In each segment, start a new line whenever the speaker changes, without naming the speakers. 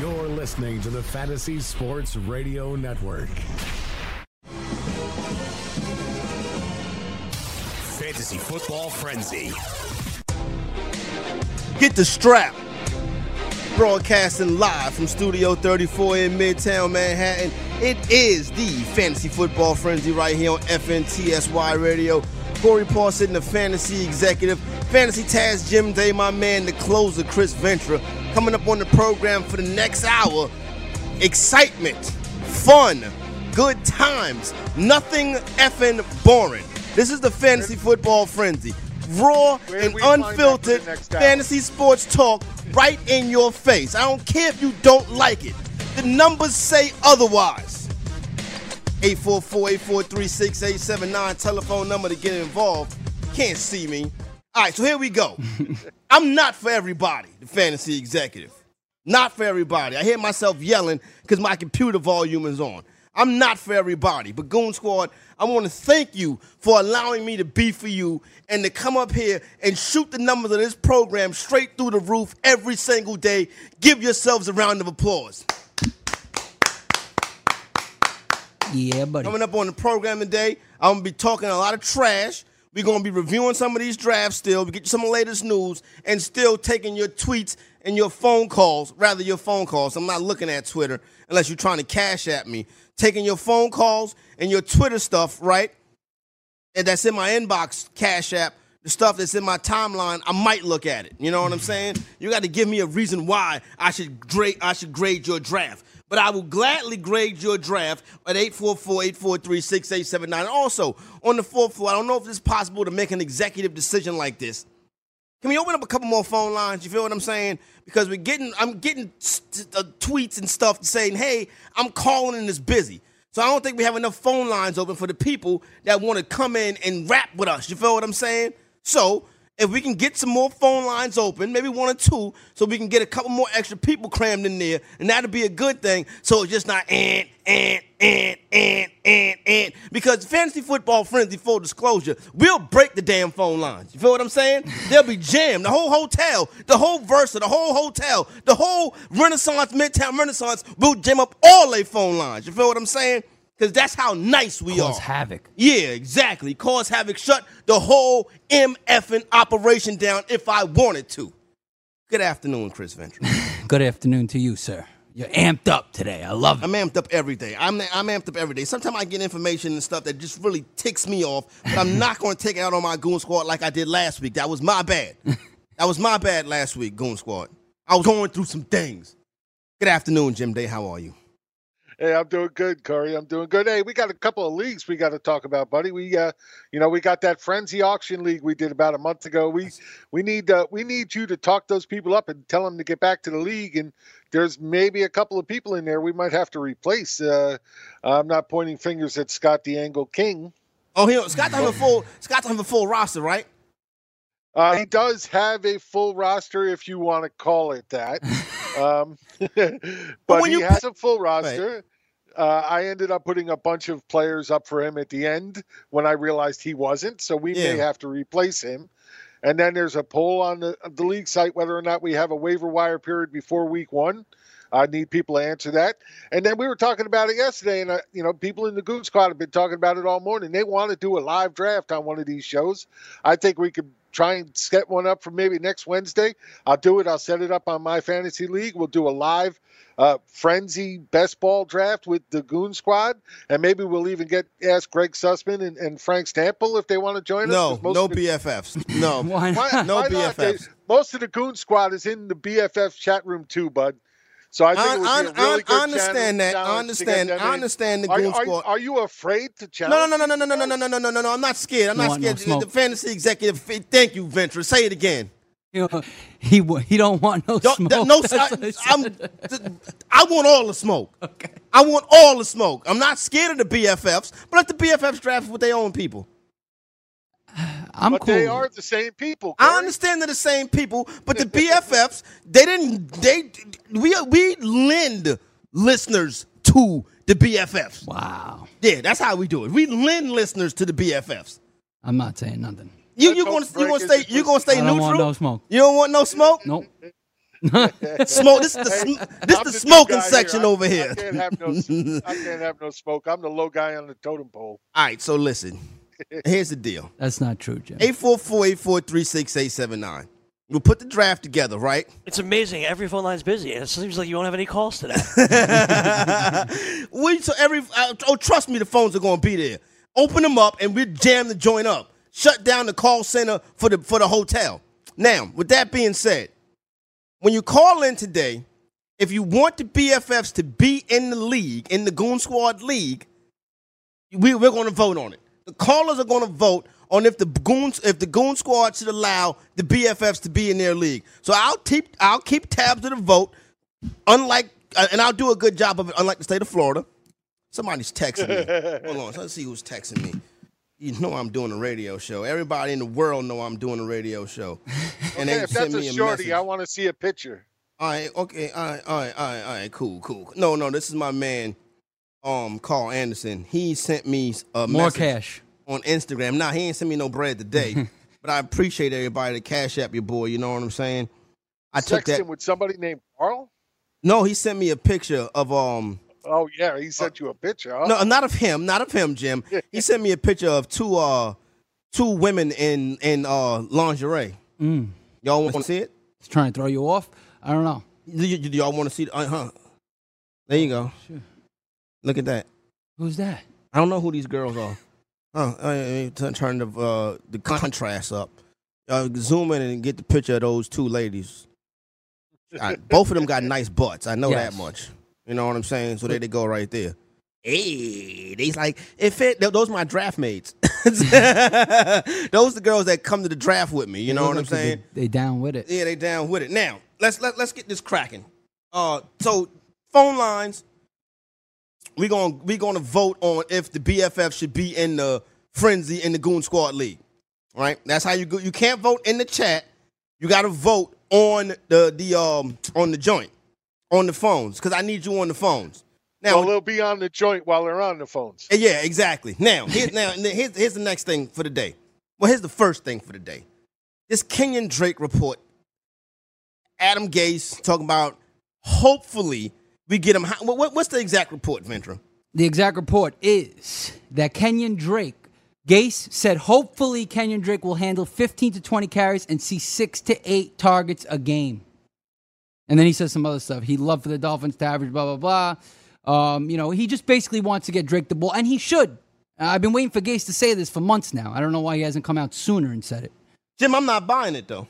You're listening to the Fantasy Sports Radio Network.
Fantasy Football Frenzy.
Get the strap. Broadcasting live from Studio 34 in Midtown Manhattan. It is the Fantasy Football Frenzy right here on FNTSY Radio. Corey Paul sitting the fantasy executive. Fantasy Taz Jim Day, my man, the closer, Chris Ventura. Coming up on the program for the next hour excitement, fun, good times, nothing effing boring. This is the Fantasy Football Frenzy. Raw
Where
and
we find that for
unfiltered
the next hour?
fantasy sports talk right in your face. I don't care if you don't like it. The numbers say otherwise. 844-843-6879 telephone number to get involved. Can't see me. All right, so here we go. I'm not for everybody, the fantasy executive. Not for everybody. I hear myself yelling because my computer volume is on. I'm not for everybody, but Goon Squad, I want to thank you for allowing me to be for you and to come up here and shoot the numbers of this program straight through the roof every single day. Give yourselves a round of applause.
Yeah, buddy.
Coming up on the program today, I'm gonna be talking a lot of trash. We're gonna be reviewing some of these drafts still, we get you some of the latest news, and still taking your tweets and your phone calls, rather your phone calls. I'm not looking at Twitter unless you're trying to cash at me. Taking your phone calls and your Twitter stuff, right? and that's in my inbox cash app the stuff that's in my timeline i might look at it you know what i'm saying you got to give me a reason why i should grade i should grade your draft but i will gladly grade your draft at 844-843-6879 And also on the fourth floor i don't know if it's possible to make an executive decision like this can we open up a couple more phone lines? You feel what I'm saying? Because we're getting, I'm getting s- t- uh, tweets and stuff saying, "Hey, I'm calling and it's busy." So I don't think we have enough phone lines open for the people that want to come in and rap with us. You feel what I'm saying? So if we can get some more phone lines open, maybe one or two, so we can get a couple more extra people crammed in there, and that'll be a good thing. So it's just not eh, and and and and and and because fantasy football frenzy, full disclosure, we'll break the damn phone lines. You feel what I'm saying? They'll be jammed. The whole hotel, the whole Versa, the whole hotel, the whole Renaissance, Midtown Renaissance, will jam up all their phone lines. You feel what I'm saying? Because that's how nice we
Cause
are.
havoc.
Yeah, exactly. Cause havoc. Shut the whole MFing operation down if I wanted to. Good afternoon, Chris Venture.
Good afternoon to you, sir. You're amped up today. I love it.
I'm amped up every day. I'm I'm amped up every day. Sometimes I get information and stuff that just really ticks me off, but I'm not going to take it out on my goon squad like I did last week. That was my bad. that was my bad last week, goon squad. I was going through some things. Good afternoon, Jim Day. How are you?
Hey, I'm doing good, Curry. I'm doing good. Hey, we got a couple of leagues we got to talk about, buddy. We, uh, you know, we got that frenzy auction league we did about a month ago. We we need uh, we need you to talk those people up and tell them to get back to the league. And there's maybe a couple of people in there we might have to replace. Uh, I'm not pointing fingers at Scott the Angle King.
Oh, he Scott have a full Scott have a full roster, right?
Uh, he does have a full roster, if you want to call it that. um, but
when
he
you
has a full roster. Uh, I ended up putting a bunch of players up for him at the end when I realized he wasn't, so we may
Yeah.
have to replace him. And then there's a poll on the, the league site whether or not we have a waiver wire period before week one. I need people to answer that. And then we were talking about it yesterday, and uh, you know, people in the Goon Squad have been talking about it all morning. They want to do a live draft on one of these shows. I think we could try and set one up for maybe next Wednesday. I'll do it. I'll set it up on my fantasy league. We'll do a live uh, frenzy best ball draft with the Goon Squad, and maybe we'll even get ask Greg Sussman and, and Frank Stample if they want to join us.
No,
'cause most
no
of the-
BFFs. No.
Why not?
why-
No
why not? They-
BFFs.
most of the Goon Squad is in the BFF chat room too, bud. So I think it would
I-
be a
I-
really
I
good
understand
challenge-
that. I
challenge to get
understand-
them
I
in.
understand the
Are-
Goon
are you-
Squad.
Are you afraid to challenge?
No, no, no, no, no, no, no, no, no, no, no, no, no. I'm not scared. I'm
You
not
want no
scared. The
smoke.
fantasy executive. f- Thank you, Ventura. Say it again.
You know, he wa- he don't want no
Don't-
smoke.
th- no,
That's what I
I,
said.
I'm, th- I want all the smoke.
Okay.
I want all the smoke. I'm not scared of the BFFs, but let the BFFs draft with their own people.
I'm
but
cool.
they are the same people.
I
Corey.
understand they're the same people, but the BFFs, they didn't. They we we lend listeners to the BFFs.
Wow.
Yeah, that's how we do it. We lend listeners to the BFFs.
I'm not saying nothing.
You
Let's
you
hope
gonna you
Frank is
gonna stay
just
you gonna stay
I don't want
neutral?
no smoke.
You don't want no smoke.
Nope.
Smoke. This is the sm- this
I'm
the
new
smoking
guy here.
section
I-
over
I
here.
can't have no. s- I can't have no smoke. I'm the low guy on the totem pole.
All right, so listen. Here's the deal.
That's not true, Jim.
844-843-6879. We'll put the draft together, right?
It's amazing. Every phone line's busy. and It seems like you won't have any calls today.
We so every uh, oh trust me, the phones are gonna be there. Open them up and we jam the joint up. Shut down the call center for the for the hotel. Now, with that being said, when you call in today, if you want the BFFs to be in the league, in the Goon Squad League, we, we're going to vote on it. The callers are going to vote on if the goons if the goon squad should allow the BFFs to be in their league. So I'll keep I'll keep tabs of the vote. Unlike uh, and I'll do a good job of it. Unlike the state of Florida, somebody's texting me. Hold on, let's see who's texting me. You know I'm doing a radio show. Everybody in the world know I'm doing a radio show. And
Hey, if that's a shorty, I want to see a picture.
all right, okay, all right, all right, all right, all right, cool, cool. No, no, this is my man, um, Carl Anderson. He sent me a
More
message
cash.
on Instagram. Now he ain't sent me no bread today, but I appreciate everybody that cash app your boy. You know what I'm saying? I took
Sexting
that.
with somebody named Carl.
No, he sent me a picture of um.
Oh yeah, he sent you a picture. Huh?
Uh, No, not of him, not of him, Jim. He sent me a picture of two uh two women in in uh lingerie.
Mm.
Y'all want to see it?
He's trying to throw you off. I don't know.
Do, y- do y'all want to see? Uh huh. There you go.
Sure.
Look at that.
Who's that?
I don't know who these girls are. Oh, I, I- t- turn the uh, the contrast up. Uh, zoom in and get the picture of those two ladies. Uh, both of them got nice butts. I know
Yes.
that much. You know what I'm saying? So there they go right there. Hey, they's like if it. th- Those my draft mates. those the girls that come to the draft with me. You know what I'm
Look like they-
saying?
They, down with it.
Yeah, they down with it. Now let's let, let's get this cracking. Uh, so phone lines. We gonna we gonna vote on if the BFF should be in the frenzy in the Goon Squad League. All right, that's how you go. You can't vote in the chat. You got to vote on the the um on the joint on the phones because I need you on the phones now.
well, they'll be on the joint while they're on the phones.
Eh, Yeah, exactly. Now, here's, now here's, here's the next thing for the day. Well, here's the first thing for the day. This Kenyon Drake report. Adam Gase talking about hopefully we get him. High. What, what- what's the exact report, Ventra?
The exact report is that Kenyon Drake, Gase said, hopefully Kenyon Drake will handle 15 to 20 carries and see six to eight targets a game. And then he says some other stuff. He loved for the Dolphins to average, blah, blah, blah. Um, you know, he just basically wants to get Drake the ball, and he should. Uh, I've been waiting for Gase to say this for months now. I don't know why he hasn't come out sooner and said it.
Jim, I'm not buying it though.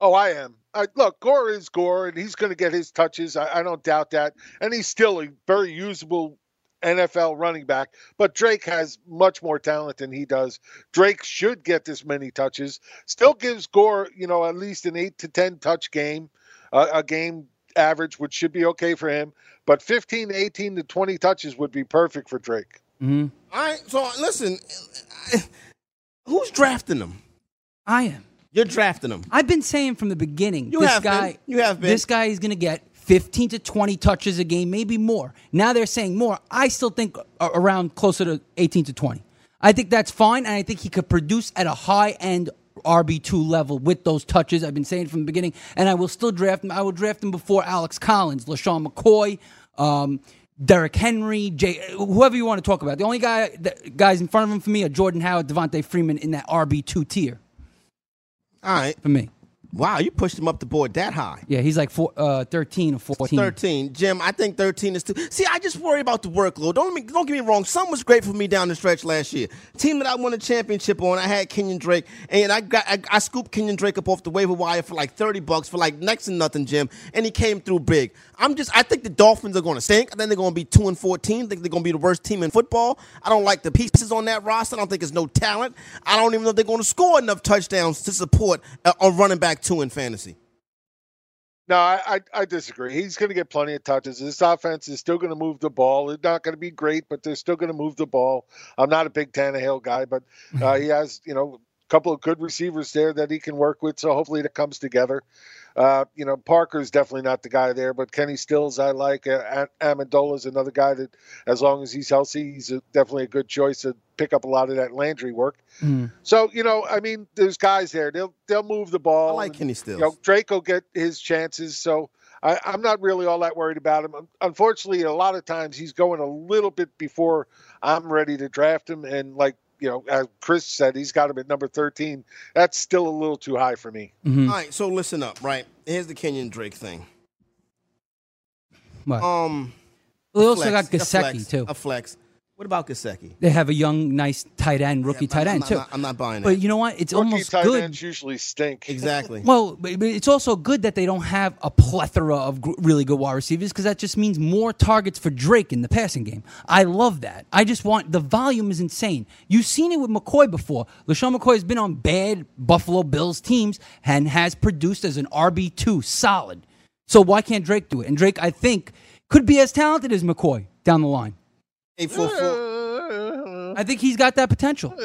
Oh, I am. I, look, Gore is Gore, and he's going to get his touches. I, I don't doubt that. And he's still a very usable NFL running back. But Drake has much more talent than he does. Drake should get this many touches. Still gives Gore, you know, at least an eight to ten touch game, uh, a game average, which should be okay for him. But 15, 18 to 20 touches would be perfect for Drake.
Mm-hmm.
All right, so listen, who's drafting them?
I am.
You're drafting them.
I've been saying from the beginning,
You
this
have been.
guy,
You have been.
this guy is going to get 15 to 20 touches a game, maybe more. Now they're saying more. I still think a- around closer to 18 to 20. I think that's fine, and I think he could produce at a high end RB2 level with those touches. I've been saying from the beginning, and I will still draft him. I will draft him before Alex Collins, LaShawn McCoy, um, Derrick Henry, Jay, whoever you want to talk about. The only guy that, guys in front of him for me are Jordan Howard, Devontae Freeman in that RB2 tier
All right,
for me.
Wow, you pushed him up the board that high.
Yeah, he's like four, uh, 13 or 14.
13. Jim, I think 13 is too. See, I just worry about the workload. Don't, me, don't get me wrong. Some was great for me down the stretch last year. Team that I won a championship on, I had Kenyon Drake, and I got I, I scooped Kenyon Drake up off the waiver wire for like 30 bucks for like next to nothing, Jim, and he came through big. I'm just, I think the Dolphins are going to stink. I think they're going to be 2 and 14. I think they're going to be the worst team in football. I don't like the pieces on that roster. I don't think it's no talent. I don't even know if they're going to score enough touchdowns to support a, a running back two in fantasy.
No, I, I, I disagree. He's going to get plenty of touches. This offense is still going to move the ball. It's not going to be great, but they're still going to move the ball. I'm not a big Tannehill guy, but uh, he has you know a couple of good receivers there that he can work with. So hopefully it comes together. Uh, you know, Parker's definitely not the guy there, but Kenny Stills I like. Uh, Amendola's another guy that, as long as he's healthy, he's a, definitely a good choice to pick up a lot of that Landry work. So you know, I mean, there's guys there. They'll they'll move the ball.
I like
and,
Kenny Stills.
You know, Drake will get his chances. So I, I'm not really all that worried about him. Unfortunately, a lot of times he's going a little bit before I'm ready to draft him. And like you know, as Chris said, he's got him at number 13. That's still a little too high for me.
Mm-hmm.
All right, so listen up, right? Here's the Kenyon Drake thing.
What?
Um,
we also
flex,
got
a flex,
Gasecki, too.
A flex. What about Gasecki?
They have a young, nice tight end, rookie
I'm-
tight
I'm
end,
not-
too.
I'm not- I'm not buying
But
it.
you know what? It's
Rookie
almost
tight
good.
ends usually stink.
Exactly.
Well, but, but it's also good that they don't have a plethora of gr- really good wide receivers because that just means more targets for Drake in the passing game. I love that. I just want the volume is insane. You've seen it with McCoy before. LaShawn McCoy has been on bad Buffalo Bills teams and has produced as an RB2 solid. So why can't Drake do it? And Drake, I think, could be as talented as McCoy down the line.
Eight four four.
I think he's got that potential. I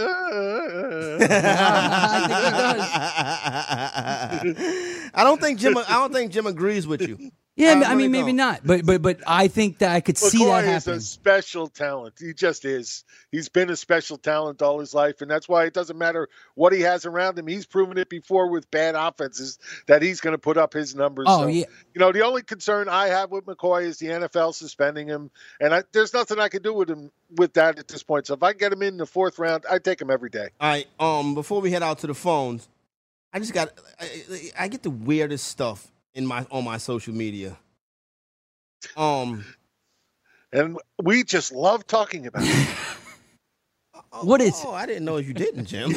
think he does.
I don't think Jim. I don't think Jim agrees with you.
Yeah,
I
I mean,
really
maybe
don't.
not, but but but I think that I could see that
McCoy is
happen.
a special talent. He just is. He's been a special talent all his life, and that's why it doesn't matter what he has around him. He's proven it before with bad offenses that he's going to put up his numbers.
Oh,
So,
yeah.
You know, the only concern I have with McCoy is the NFL suspending him, and I, there's nothing I can do with him with that at this point. So if I get him in the fourth round, I take him every day.
All right. Um, before we head out to the phones, I just got. I, I- I get the weirdest stuff in my on my social media. Um,
And we just love talking about it.
What is
Oh, I didn't know you didn't, Jim.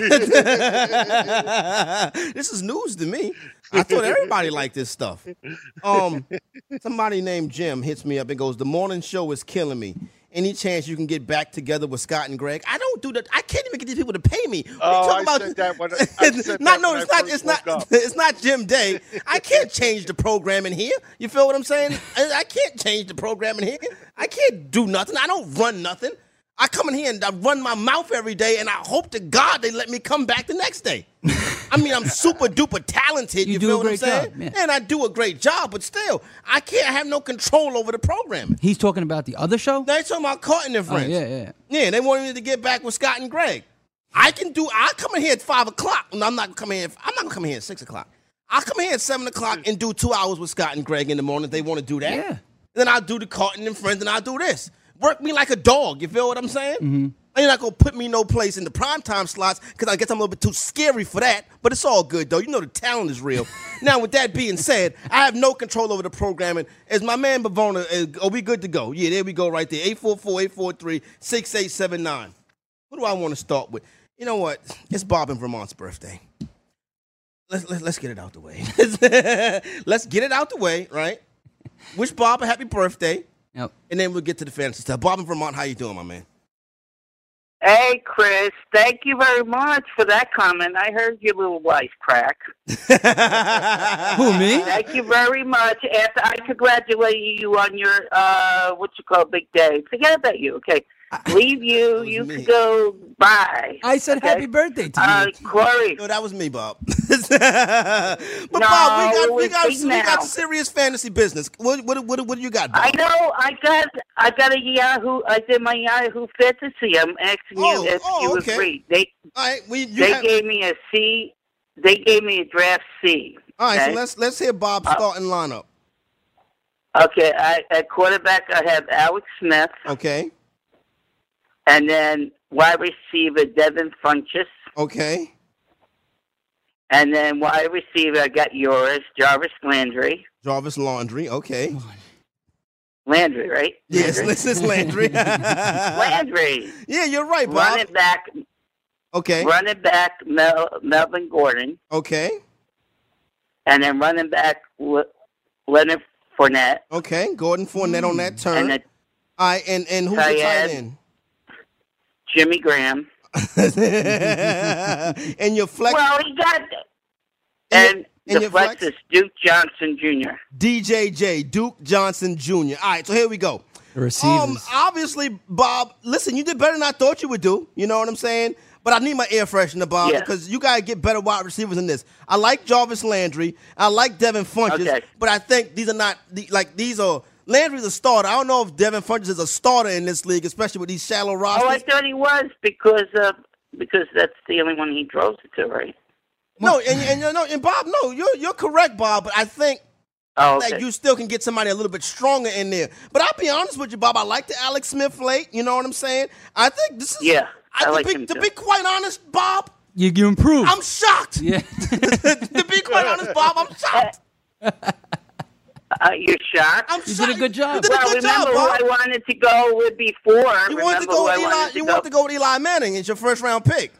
this is news to me. I thought everybody liked this stuff. Um, somebody named Jim hits me up and goes, "The morning show is killing me. Any chance you can get back together with Scott and Greg? I don't do that. I can't even get these people to pay me. What
Oh,
are you talking
I
about?
said that when I- I said
not
that
no,
when
it's
I
not.
first
It's not.
woke up.
It's not Jim Day. I can't change the program in here. You feel what I'm saying? I, I can't change the program in here. I can't do nothing. I don't run nothing. I come in here and I run my mouth every day, and I hope to God they let me come back the next day. I mean, I'm super duper talented.
You
You,
do
feel
a
what
great
I'm saying?
job, yeah.
And I do a great job, but still, I can't have no control over the programming.
He's talking about the other show.
They talking about Carton and
Oh,
friends.
yeah, yeah.
Yeah, they wanted me to get back with Scott and Greg. I can do. I come in here at five o'clock. No, I'm not coming here. I'm not gonna come in here at six o'clock. I'll come in here at seven o'clock and do two hours with Scott and Greg in the morning if they want to do that.
Yeah.
Then I'll do the Carton and friends, and I'll do this. Work me like a dog. You feel what I'm saying? Mm-hmm. You're not gonna put me no place in the primetime slots because I guess I'm a little bit too scary for that. But it's all good though. You know the talent is real. now, with that being said, I have no control over the programming. Is my man Bavona? is- Are we good to go? Yeah, there we go right there. 844-843-6879. What do I want to start with? You know what? It's Bob in Vermont's birthday. Let's let's, let's get it out the way. let's get it out the way, right? Wish Bob a happy birthday,
Yep.
and then we'll get to the fantasy stuff. Bob in Vermont, how you doing, my man?
Hey, Chris, thank you very much for that comment. I heard your little wife crack.
Who me?
Thank you very much. After I congratulate you on your uh, what you call big day. Forget about you. Okay, leave you.
was
You
me.
can go. Bye.
I said
Okay.
happy birthday to you.
Uh, Corey.
No, that was me, Bob. but Bob, we
it
got we
was
got
big
we got
now.
serious fantasy business. What what what, what do you got, Bob?
I know. I got. I got a Yahoo. I did my Yahoo fantasy. I'm asking
Oh,
you if
oh,
you
okay.
agree. They
All right, we you
they
have,
gave me a C. They gave me a draft C.
all right.
okay? Uh,
So let's let's hear Bob's starting lineup.
Okay, I, at quarterback, I have Alex Smith,
Okay,
and then wide receiver Devin Funches,
okay,
And then wide receiver, I got yours, Jarvis Landry.
Jarvis Laundry.
Oh
Okay.
Landry, right?
Yes, this is Landry. yeah,
Landry.
you're right, Bob.
Running back,
Okay.
running back, Mel, Melvin Gordon,
Okay.
and then running back Le- Leonard Fournette,
Okay. Gordon Fournette on that turn.
Hmm. and then
All right, and, and who's the tight
Tight
end?
Jimmy Graham.
and your flex
Well, he got
And-
and,
and
the
your
flex
flex?
is Duke Johnson Jr.
DJJ, Duke Johnson Jr. All right, so here we go. Um,
The receivers.
obviously, Bob, listen, you did better than I thought you would do. You know what I'm saying? But I need my air freshener, Bob,
Yeah.
because you got to get better wide receivers than this. I like Jarvis Landry. I like Devin Funches.
Okay.
But I think these are not, the- like, these are, Landry's a starter. I don't know if Devin Funches is a starter in this league, especially with these shallow
Oh, I
rosters.
thought he was because of because that's the only one he throws it to, right?
no, and, and, and, no, and Bob, no, you're, you're correct, Bob, but I think
Oh,
that
okay.
you still can get somebody a little bit stronger in there. But I'll be honest with you, Bob. I like the Alex Smith late. You know what I'm saying? I think this is.
Yeah, I
to,
like
be,
him
to
too.
be quite honest, Bob,
You, you improve.
I'm shocked.
yeah.
to be quite honest, Bob, I'm shocked.
uh, you're shocked.
I'm
You
shocked.
did a good job.
You did a
well,
good job,
remember
Bob.
who I wanted to go with before.
you
remember
wanted to go
who
with
I
Eli.
wanted to
You
go.
wanted to go with Eli Manning. It's your first round pick.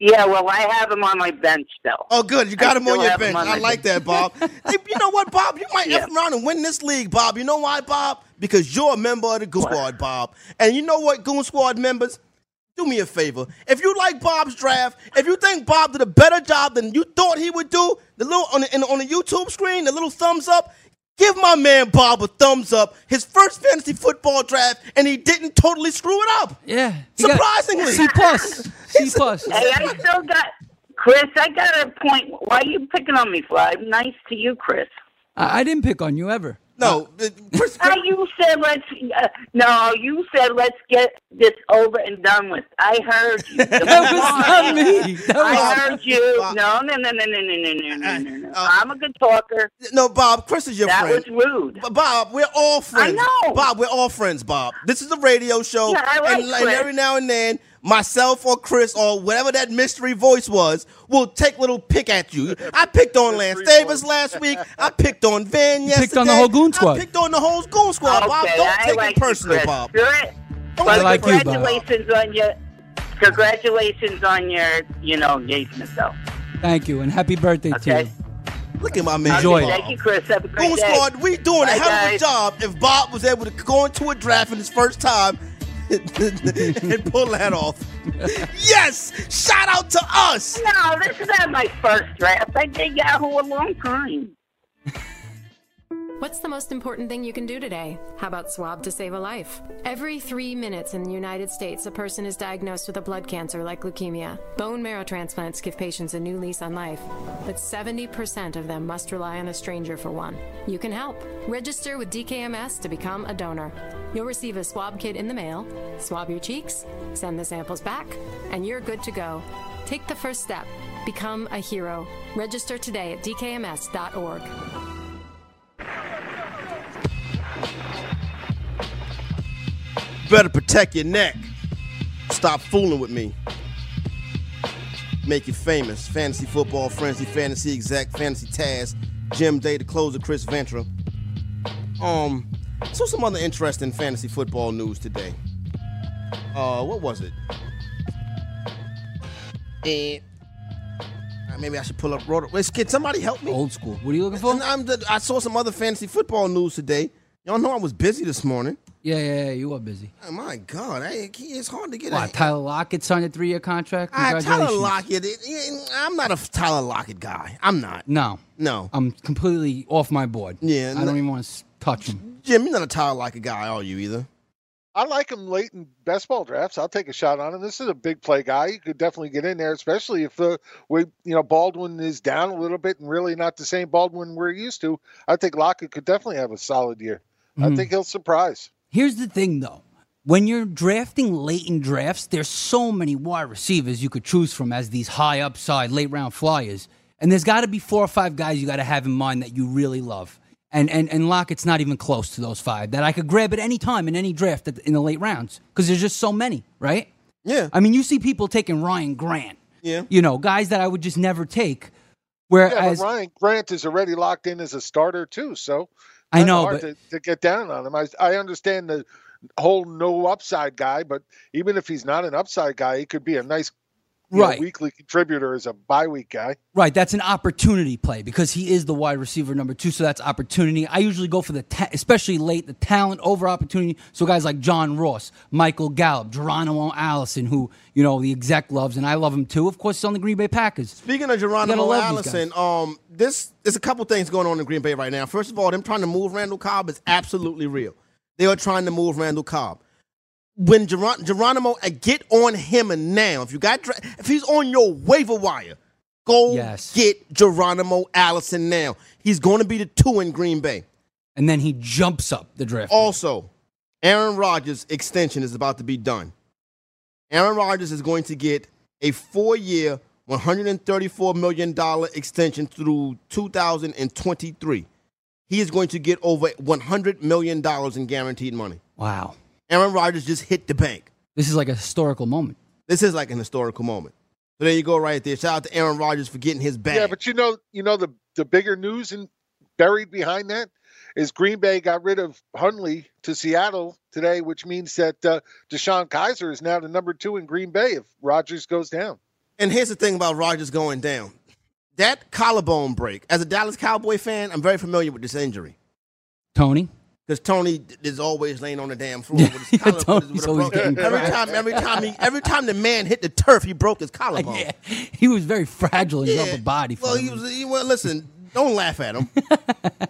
Yeah, well, I have him on my bench though.
Oh, good. You got
I
him on
still
your
have him
bench.
on
I
my
like that, Bob. Hey, you know what, Bob? You might
Yeah.
F around and win this league, Bob. You know why, Bob? Because you're a member of the Goon Squad, Bob. And you know what, Goon Squad members? Do me a favor. If you like Bob's draft, if you think Bob did a better job than you thought he would do, the little on the, in- on the YouTube screen, the little thumbs up, give my man Bob a thumbs up. His first fantasy football draft, and he didn't totally screw it up.
Yeah. You got
Surprisingly.
C plus. C plus.
Hey, I still got Chris. I got a point. Why are you picking on me, Fly? Nice to you, Chris.
I, I didn't pick on you ever.
no, uh, Chris,
How you said let's uh, no, you said let's get this over and done with. I heard you.
That was not me. That
I
was
heard you. No, no, no, no, no, no, no, no, no, no.
uh,
I'm a good talker.
no, Bob, Chris is your
That
friend.
was rude.
But Bob, we're all friends.
know.
Bob, we're all friends, Bob. This is a radio show.
Yeah, I like
and, and
Chris.
every now and then, myself or Chris or whatever that mystery voice was will take little pick at you. I picked on Lance
Mystery
Davis
voice.
last week. I picked on Van yesterday.
picked on the whole Goon
I
Squad.
picked on the whole Goon Squad.
Okay,
Bob, don't
I
take
like
it personal,
you, Chris.
Bob.
Good.
Don't
But
take
like
it
you, Bob.
personal,
congratulations on your congratulations on your you know engagement though.
Thank you and happy birthday to
Okay.
you.
Look at my man.
Enjoy
Bob.
it.
Thank you, Chris. Have a great
Goon
day.
Squad, we doing a
Bye,
hell of a
guys.
job. If Bob was able to go into a draft in his first time and pull that off. yes! Shout out to us!
No, this is not my first draft. I've been Yahoo a long time.
What's the most important thing you can do today? How about swab to save a life? Every three minutes in the United States, a person is diagnosed with a blood cancer like leukemia. Bone marrow transplants give patients a new lease on life, but 70% of them must rely on a stranger for one. You can help. Register with DKMS to become a donor. You'll receive a swab kit in the mail, swab your cheeks, send the samples back, and you're good to go. Take the first step. Become a hero. Register today at dkms.org.
Better protect your neck. Stop fooling with me. Make you famous. Fantasy football, frenzy, fantasy exact, fantasy Taz, Jim Day, the closer, Chris Ventra. Um, so some other interesting fantasy football news today. Uh, what was it? Eh. Uh, Maybe I should pull up. Roto- Wait, Can somebody help me?
Old school. What are you looking for?
And I'm the- I saw some other fantasy football news today. Y'all know I was busy this morning.
Yeah, yeah, yeah. You are busy.
Oh, my God, I, it's hard to get a
Wow, Tyler Lockett signed a three-year contract.
I,
Congratulations.
Ah, Tyler Lockett. it- it- I'm not a Tyler Lockett guy. I'm not.
No,
No.
I'm completely off my board.
Yeah,
I
no-
don't even want to touch him.
Jim, you're not a Tyler Lockett guy, are you either?
I like him late in best ball drafts. I'll take a shot on him. This is a big play guy. You could definitely get in there, especially if the way you know Baldwin is down a little bit and really not the same Baldwin we're used to. I think Lockett could definitely have a solid year.
Hmm.
I think he'll surprise.
Here's the thing, though. When you're drafting late in drafts, there's so many wide receivers you could choose from as these high upside late round flyers, and there's got to be four or five guys you got to have in mind that you really love. And and and Lockett's not even close to those five that I could grab at any time in any draft at- in the late rounds because there's just so many, right?
Yeah.
I mean, you see people taking Ryan Grant.
Yeah.
You know, guys that I would just never take. Whereas
but Ryan Grant is already locked in as a starter too, so
I
kinda
know,
hard
but-
to, to get down on him. I I understand the whole no upside guy, but even if he's not an upside guy, he could be a nice you know,
Right.
weekly contributor as a bye week guy.
Right, that's an opportunity play because he is the wide receiver number two, so that's opportunity. I usually go for the, ta- especially late, the talent over opportunity. So guys like John Ross, Michael Gallup, Geronimo Allison, who you know the exec loves, and I love him too. Of course, he's on the Green Bay Packers.
Speaking of Geronimo
love these
Allison, um, this there's a couple things going on in Green Bay right now. First of all, them trying to move Randall Cobb is absolutely real. They are trying to move Randall Cobb. When Geron- Geronimo, uh, get on him now. If you got, dra- if he's on your waiver wire, go
Yes.
get Geronimo Allison now. He's going to be the two in Green Bay.
And then he jumps up the draft.
Also, Aaron Rodgers' extension is about to be done. Aaron Rodgers is going to get a four year, $134 million extension through 2023. He is going to get over $100 million in guaranteed money.
Wow,
Aaron Rodgers just hit the bank.
this is like a historical moment.
This is like an historical moment. So there you go, right there. Shout out to Aaron Rodgers for getting his bag.
Yeah, but you know, you know the the bigger news and buried behind that is Green Bay got rid of Hunley to Seattle today, which means that uh, Deshaun Kaiser is now the number two in Green Bay if Rodgers goes down.
And here's the thing about Rodgers going down. That collarbone break, as a Dallas Cowboy fan, I'm very familiar with this injury.
Tony,
Because Tony d- is always laying on the damn floor. with his
Yeah,
collar-
Tony's
with a
always
broken-
getting
every
cracked.
time, every time he, every time the man hit the turf, he broke his collarbone.
yeah, he was very fragile in his upper body.
Well, he
Frank.
was. He, well, listen, don't laugh at him.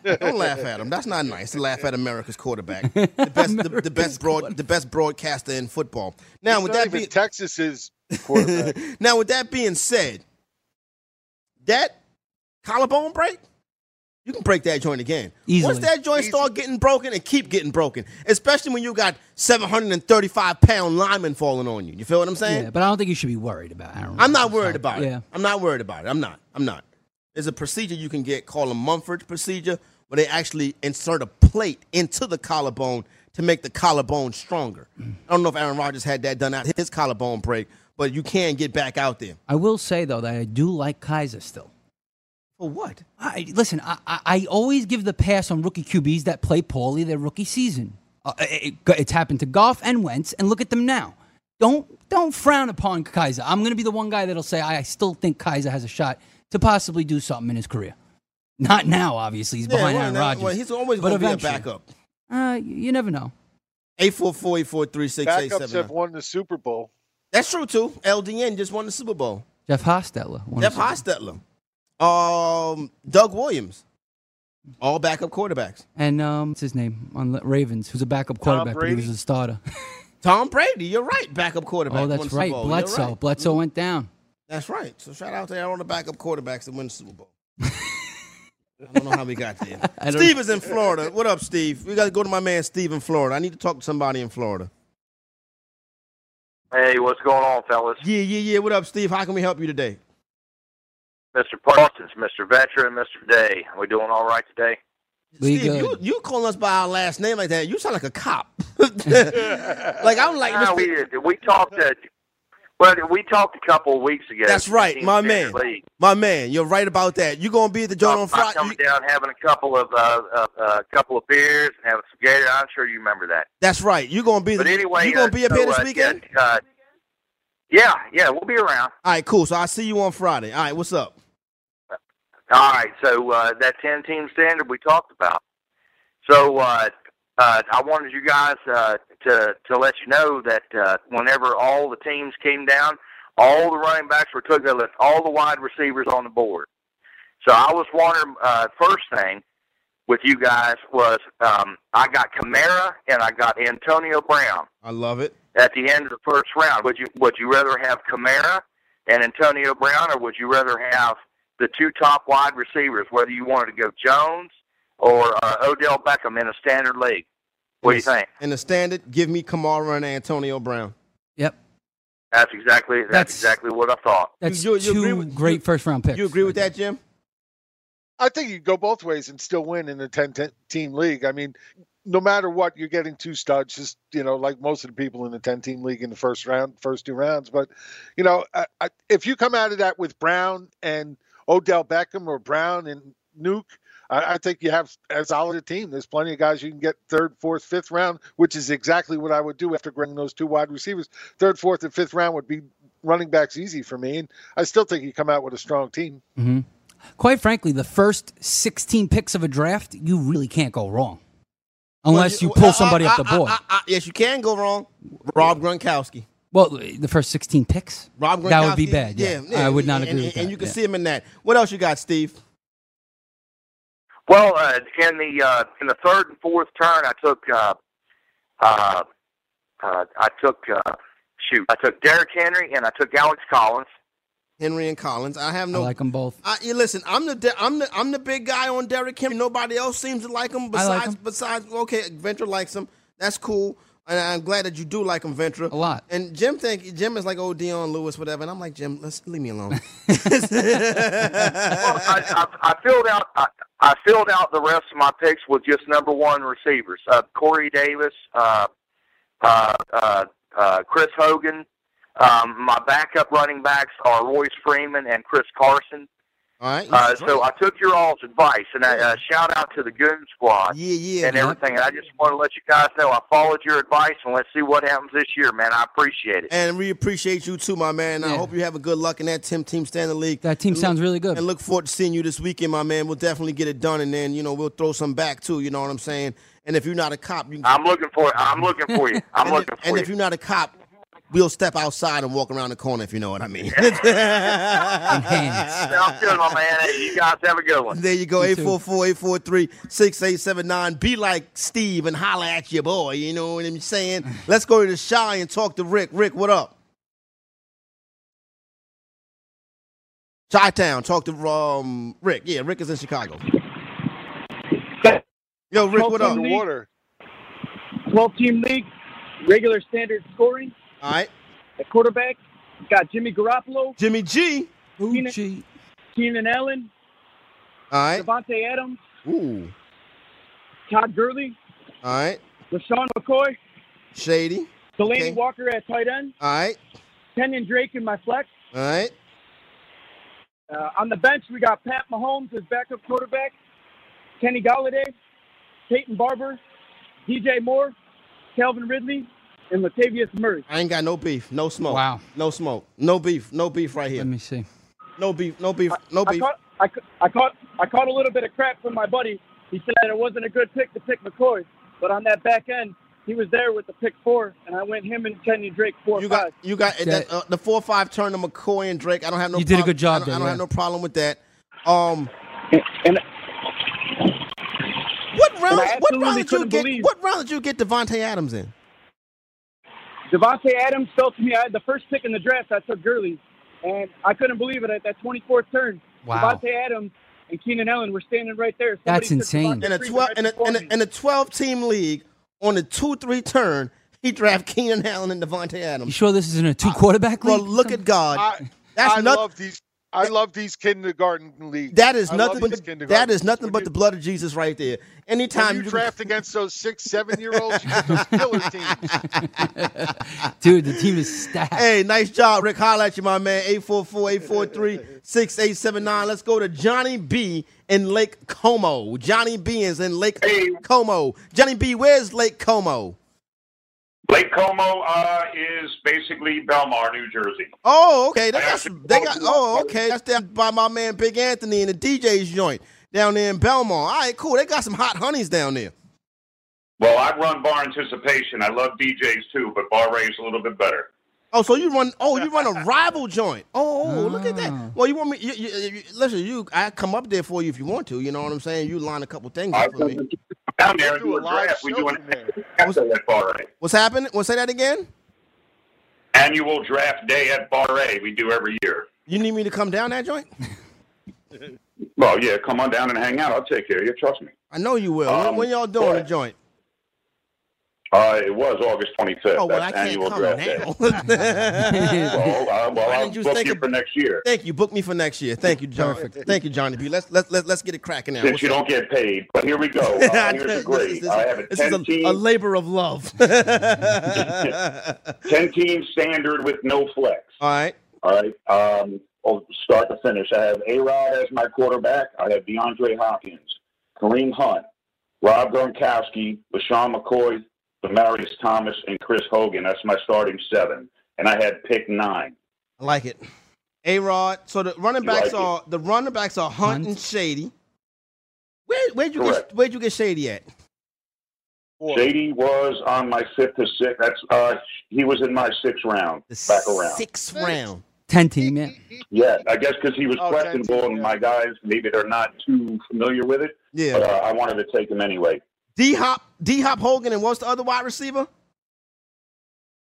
don't laugh at him. That's not nice to laugh at America's quarterback, the best, the, the best broad, the best broadcaster in football. Now, with
Not
that
even
being
Texas's quarterback.
now, with that being said, that collarbone break, you can break that joint again.
Easily.
Once that joint start getting broken and keep getting broken, especially when you got 735 pound linemen falling on you. You feel what I'm saying?
yeah, but I don't think you should be worried about Aaron.
I'm not
Rodgers.
worried about
Yeah.
it. I'm not worried about it. I'm not. I'm not. There's a procedure you can get called a Mumford procedure where they actually insert a plate into the collarbone to make the collarbone stronger. I don't know if Aaron Rodgers had that done out his collarbone break, but you can get back out there.
I will say though that I do like Kaiser still.
For what?
I, listen, I, I, I always give the pass on rookie QBs that play poorly their rookie season. Uh, it, it- it's happened to Goff and Wentz, and look at them now. Don't don't frown upon Kaiser. I'm going to be the one guy that'll say I, I still think Kaiser has a shot to possibly do something in his career. Not now, obviously. He's behind
well,
Aaron
that-
Rodgers.
well, he's always
but
going to be a
eventually.
backup.
Uh, you- you never know.
844-843-6879.
Backups have won the Super Bowl.
That's true too. LDN just won the Super Bowl.
Jeff Hostetler. won
Jeff
a Super Bowl.
Hostetler, um, Doug Williams, all backup quarterbacks.
And um, what's his name on the Ravens? Who's a backup quarterback, but he was
Brady?
a starter.
Tom Brady, you're right, backup quarterback.
oh,
won the
that's
Super
right.
Bowl. You're
Bledsoe.
right. Mm-hmm.
Bledsoe went down.
That's right. So shout out to all the backup quarterbacks that win the Super Bowl. I don't know how we got there.
I don't-
Steve is in Florida. What up, Steve? We got to go to my man Steve in Florida. I need to talk to somebody in Florida.
Hey, what's going on, fellas?
Yeah, yeah, yeah. What up, Steve? How can we help you today?
Mr. Parsons, Mr. Veteran, Mr. Day. We doing all right today?
We
Steve, you,
good.
you calling us by our last name like that? You sound like a cop. like I'm like
Nah,
Mr.
we did. We talked. Uh, well, we talked a couple of weeks ago.
That's right,
Team
my
Senior
man.
League.
My man, you're right about that. You gonna be at the joint on
Talked about
Friday?
coming down, having a couple of uh, uh, uh, couple of beers, and having some Gator. I'm sure you remember that.
That's right. You gonna be?
But
the,
anyway,
you gonna
uh,
be up
so,
here this
uh,
weekend?
yeah, Uh, yeah, yeah, we'll be around.
All right, cool. So I will see you on Friday. All right, what's up?
All right, so uh, that ten team standard we talked about. So uh, uh, I wanted you guys uh, to to let you know that uh, whenever all the teams came down, all the running backs were took. They left all the wide receivers on the board. So I was wondering. Uh, first thing with you guys was um, I got Camara and I got Antonio Brown
I love it.
at the end of the first round. Would you would you rather have Kamara and Antonio Brown, or would you rather have the two top wide receivers? Whether you wanted to go Jones or uh, Odell Beckham in a standard league, what do you think?
And the standard, give me Kamara and Antonio Brown.
Yep.
That's exactly that's,
That's-
exactly what I thought.
That's
You- you
two
agree with-
great
you-
first round picks.
You agree with
right
that, Jim?
I think you go both ways and still win in a 10 team league. I mean, no matter what, you're getting two studs, just you know, like most of the people in the ten team league in the first round, first two rounds. But you know, I, I, if you come out of that with Brown and Odell Beckham or Brown and Nuke, I, I think you have as solid a team. There's plenty of guys you can get third, fourth, fifth round, which is exactly what I would do after grabbing those two wide receivers. Third, fourth, and fifth round would be running backs easy for me, and I still think you come out with a strong team.
Mm-hmm. Quite frankly, the first 16 picks of a draft, you really can't go wrong. Unless you pull somebody up the board.
I- I- I- yes, you can go wrong. Rob Gronkowski.
Well, the first 16 picks?
Rob Gronkowski.
that would be bad. Yeah. I would not
and,
agree
and,
with that.
And you can
yeah.
see him in that. What else you got, Steve?
Well, uh, in the uh, in the third and fourth turn, I took uh, uh, uh, I took uh, shoot, I took Derrick Henry and I took Alex Collins.
Henry and Collins. I have
I
no.
like them both.
I, you listen, I'm the de- I'm the I'm the big guy on Derrick Henry. Nobody else seems to like him
I
besides
like him.
besides okay, Ventra likes him. That's cool. And I'm glad that you do like him, Ventra.
A lot.
And Jim think Jim is like old Dion Lewis, whatever. And I'm like, Jim, let's leave me alone.
Well, I, I, I filled out I, I filled out the rest of my picks with just number one receivers: uh, Corey Davis, uh, uh, uh, uh, Chris Hogan. Um, my backup running backs are Royce Freeman and Chris Carson.
All right.
Uh, so I took your all's advice, and I, uh, shout out to the Goon Squad
yeah, yeah.
and everything. And I just want to let you guys know I followed your advice, and let's see what happens this year, man. I appreciate it.
And we appreciate you too, my man. I
Yeah.
hope you have a good luck in that Tim Team Standard League.
That team
And
sounds
look-
really good.
And look forward to seeing you this weekend, my man. We'll definitely get it done, and then you know we'll throw some back too. You know what I'm saying? And if you're not a cop, you can
I'm looking for I'm looking for you. I'm
and,
looking
if,
for
and
you.
if you're not a cop, we'll step outside and walk around the corner if you know what I mean.
Hands.
Sounds good, my man. Hey, you guys have a good one.
there you go,
You too.
844-843-6879. Be like Steve and holler at your boy, you know what I'm saying? Let's go to the shy and talk to Rick. Rick, what up? Chi Town, talk to um Rick. Yeah, Rick is in Chicago. Yo, Rick, what up? All
Underwater.
12 team league, regular standard scoring.
right.
At quarterback, got Jimmy Garoppolo,
Jimmy G.
Uchi.
Keenan Allen,
All right.
Devontae Adams,
Ooh.
Todd Gurley,
All right.
LaShawn McCoy,
Shady.
Delaney
Okay.
Walker at tight end,
All right.
Kenyon Drake in my flex.
All right.
Uh, on the bench, we got Pat Mahomes as backup quarterback, Kenny Galladay, Peyton Barber, DJ Moore, Calvin Ridley, and Latavius Murray.
I ain't got no beef, no smoke.
Wow.
No smoke, no beef, no beef right
Let
here.
me see.
No beef, no beef, no
I
beef.
caught, I, ca- I caught, I caught a little bit of crap from my buddy. He said it wasn't a good pick to pick McCoy, but on that back end, he was there with the pick four, and I went him and Kenyon Drake four
You
five.
got, you got
Yeah.
that, uh, the four five turn to McCoy and Drake. I don't have no.
You did a
prob-
good job
I don't, I
there,
don't
yeah.
have no problem with that. Um,
and
what round?
I
What round
absolutely
did you
couldn't
get?
believe-
What round did you get Devontae Adams in?
Devontae Adams fell to me. I had the first pick in the draft. I took Gurley, and I couldn't believe it at that 24th turn.
Wow.
Devontae Adams and Keenan Allen were standing right there.
That's
took
insane.
Devontae
In a
Freeman
twelve
right
in a,
before
in a,
me.
in a twelve team league on the two three turn, he draft Keenan Allen and Devontae
You
Adams.
sure this isn't a two
Uh,
quarterback
Well,
league?
look at God.
I,
That's
I
nothing.
love these. I love these kindergarten leagues.
that is
I love these
nothing. But the,
kindergarten
that is
leagues.
nothing
When
but
you-
the blood of Jesus right there. Anytime
When you draft against those six, seven year olds, you get those killer teams.
Dude, the team is stacked.
Hey, nice job, Rick. Holla at you, my man. 844-843-6879. Let's go to Johnny B in Lake Como. Johnny B is in Lake
Hey.
Como. Johnny B, where's Lake Como?
Lake Como uh, is basically Belmar, New Jersey.
Oh, okay. That's, they got oh, okay. That's down by my man Big Anthony in the DJ's joint down there in Belmont. All right, cool. They got some hot honeys down there.
Well, I run Bar Anticipation. I love DJs too, but Bar Ray is a little bit better.
Oh, so you run? Oh, you run a rival joint. Oh, oh, look at
Ah.
that. Well, you want me? You, you, you, listen, you. I come up there for you if you want to. You know what I'm saying? You line a couple things
I
up for me.
down there
We
and do a
live
draft. We
show
do an
from there.
at Bar Ray.
What's happening? Well, say that again.
Annual draft day at Bar Ray. We do every year.
You need me to come down that joint?
Well, yeah, come on down and hang out. I'll take care of you. Trust me.
I know you will. When-
Um,
when y'all doing the
but-
joint?
Uh, it was August 25th.
Oh, well,
That's
I can't
annual
come
draft
now.
day. well, uh, well,
Why
I'll
didn't you
book
think
you
of-
for next year.
Thank you. Book me for next year. Thank you, John.
Perfect.
Thank you, Johnny B. Let's let's let's, let's get it cracking now.
Since
What's
you
up?
don't get paid, but here we go. Uh, here's a grade. I have a
this is
10
a, a labor of love.
10 team standard with no flex.
All right.
All right. Um, oh, start to finish. I have A Rod as my quarterback. I have DeAndre Hopkins, Kareem Hunt, Rob Gronkowski, LaShawn McCoy, Demarius Thomas, and Chris Hogan. That's my starting seven. And I had pick nine.
I like it. A Rod. So the running
You like
backs
it?
are the running backs are Hunt, and Shady. Where where'd you
Correct.
get where'd you get Shady at?
Shady was on my fifth to sixth. That's uh, he was in my sixth round, back around.
Sixth round.
Ten team, yeah.
Yeah, I guess because he was
Oh,
questionable, and my guys maybe they're not too familiar with it.
Yeah.
but uh, I wanted to take him anyway.
D Hop, D Hop Hogan, and what's the other wide receiver?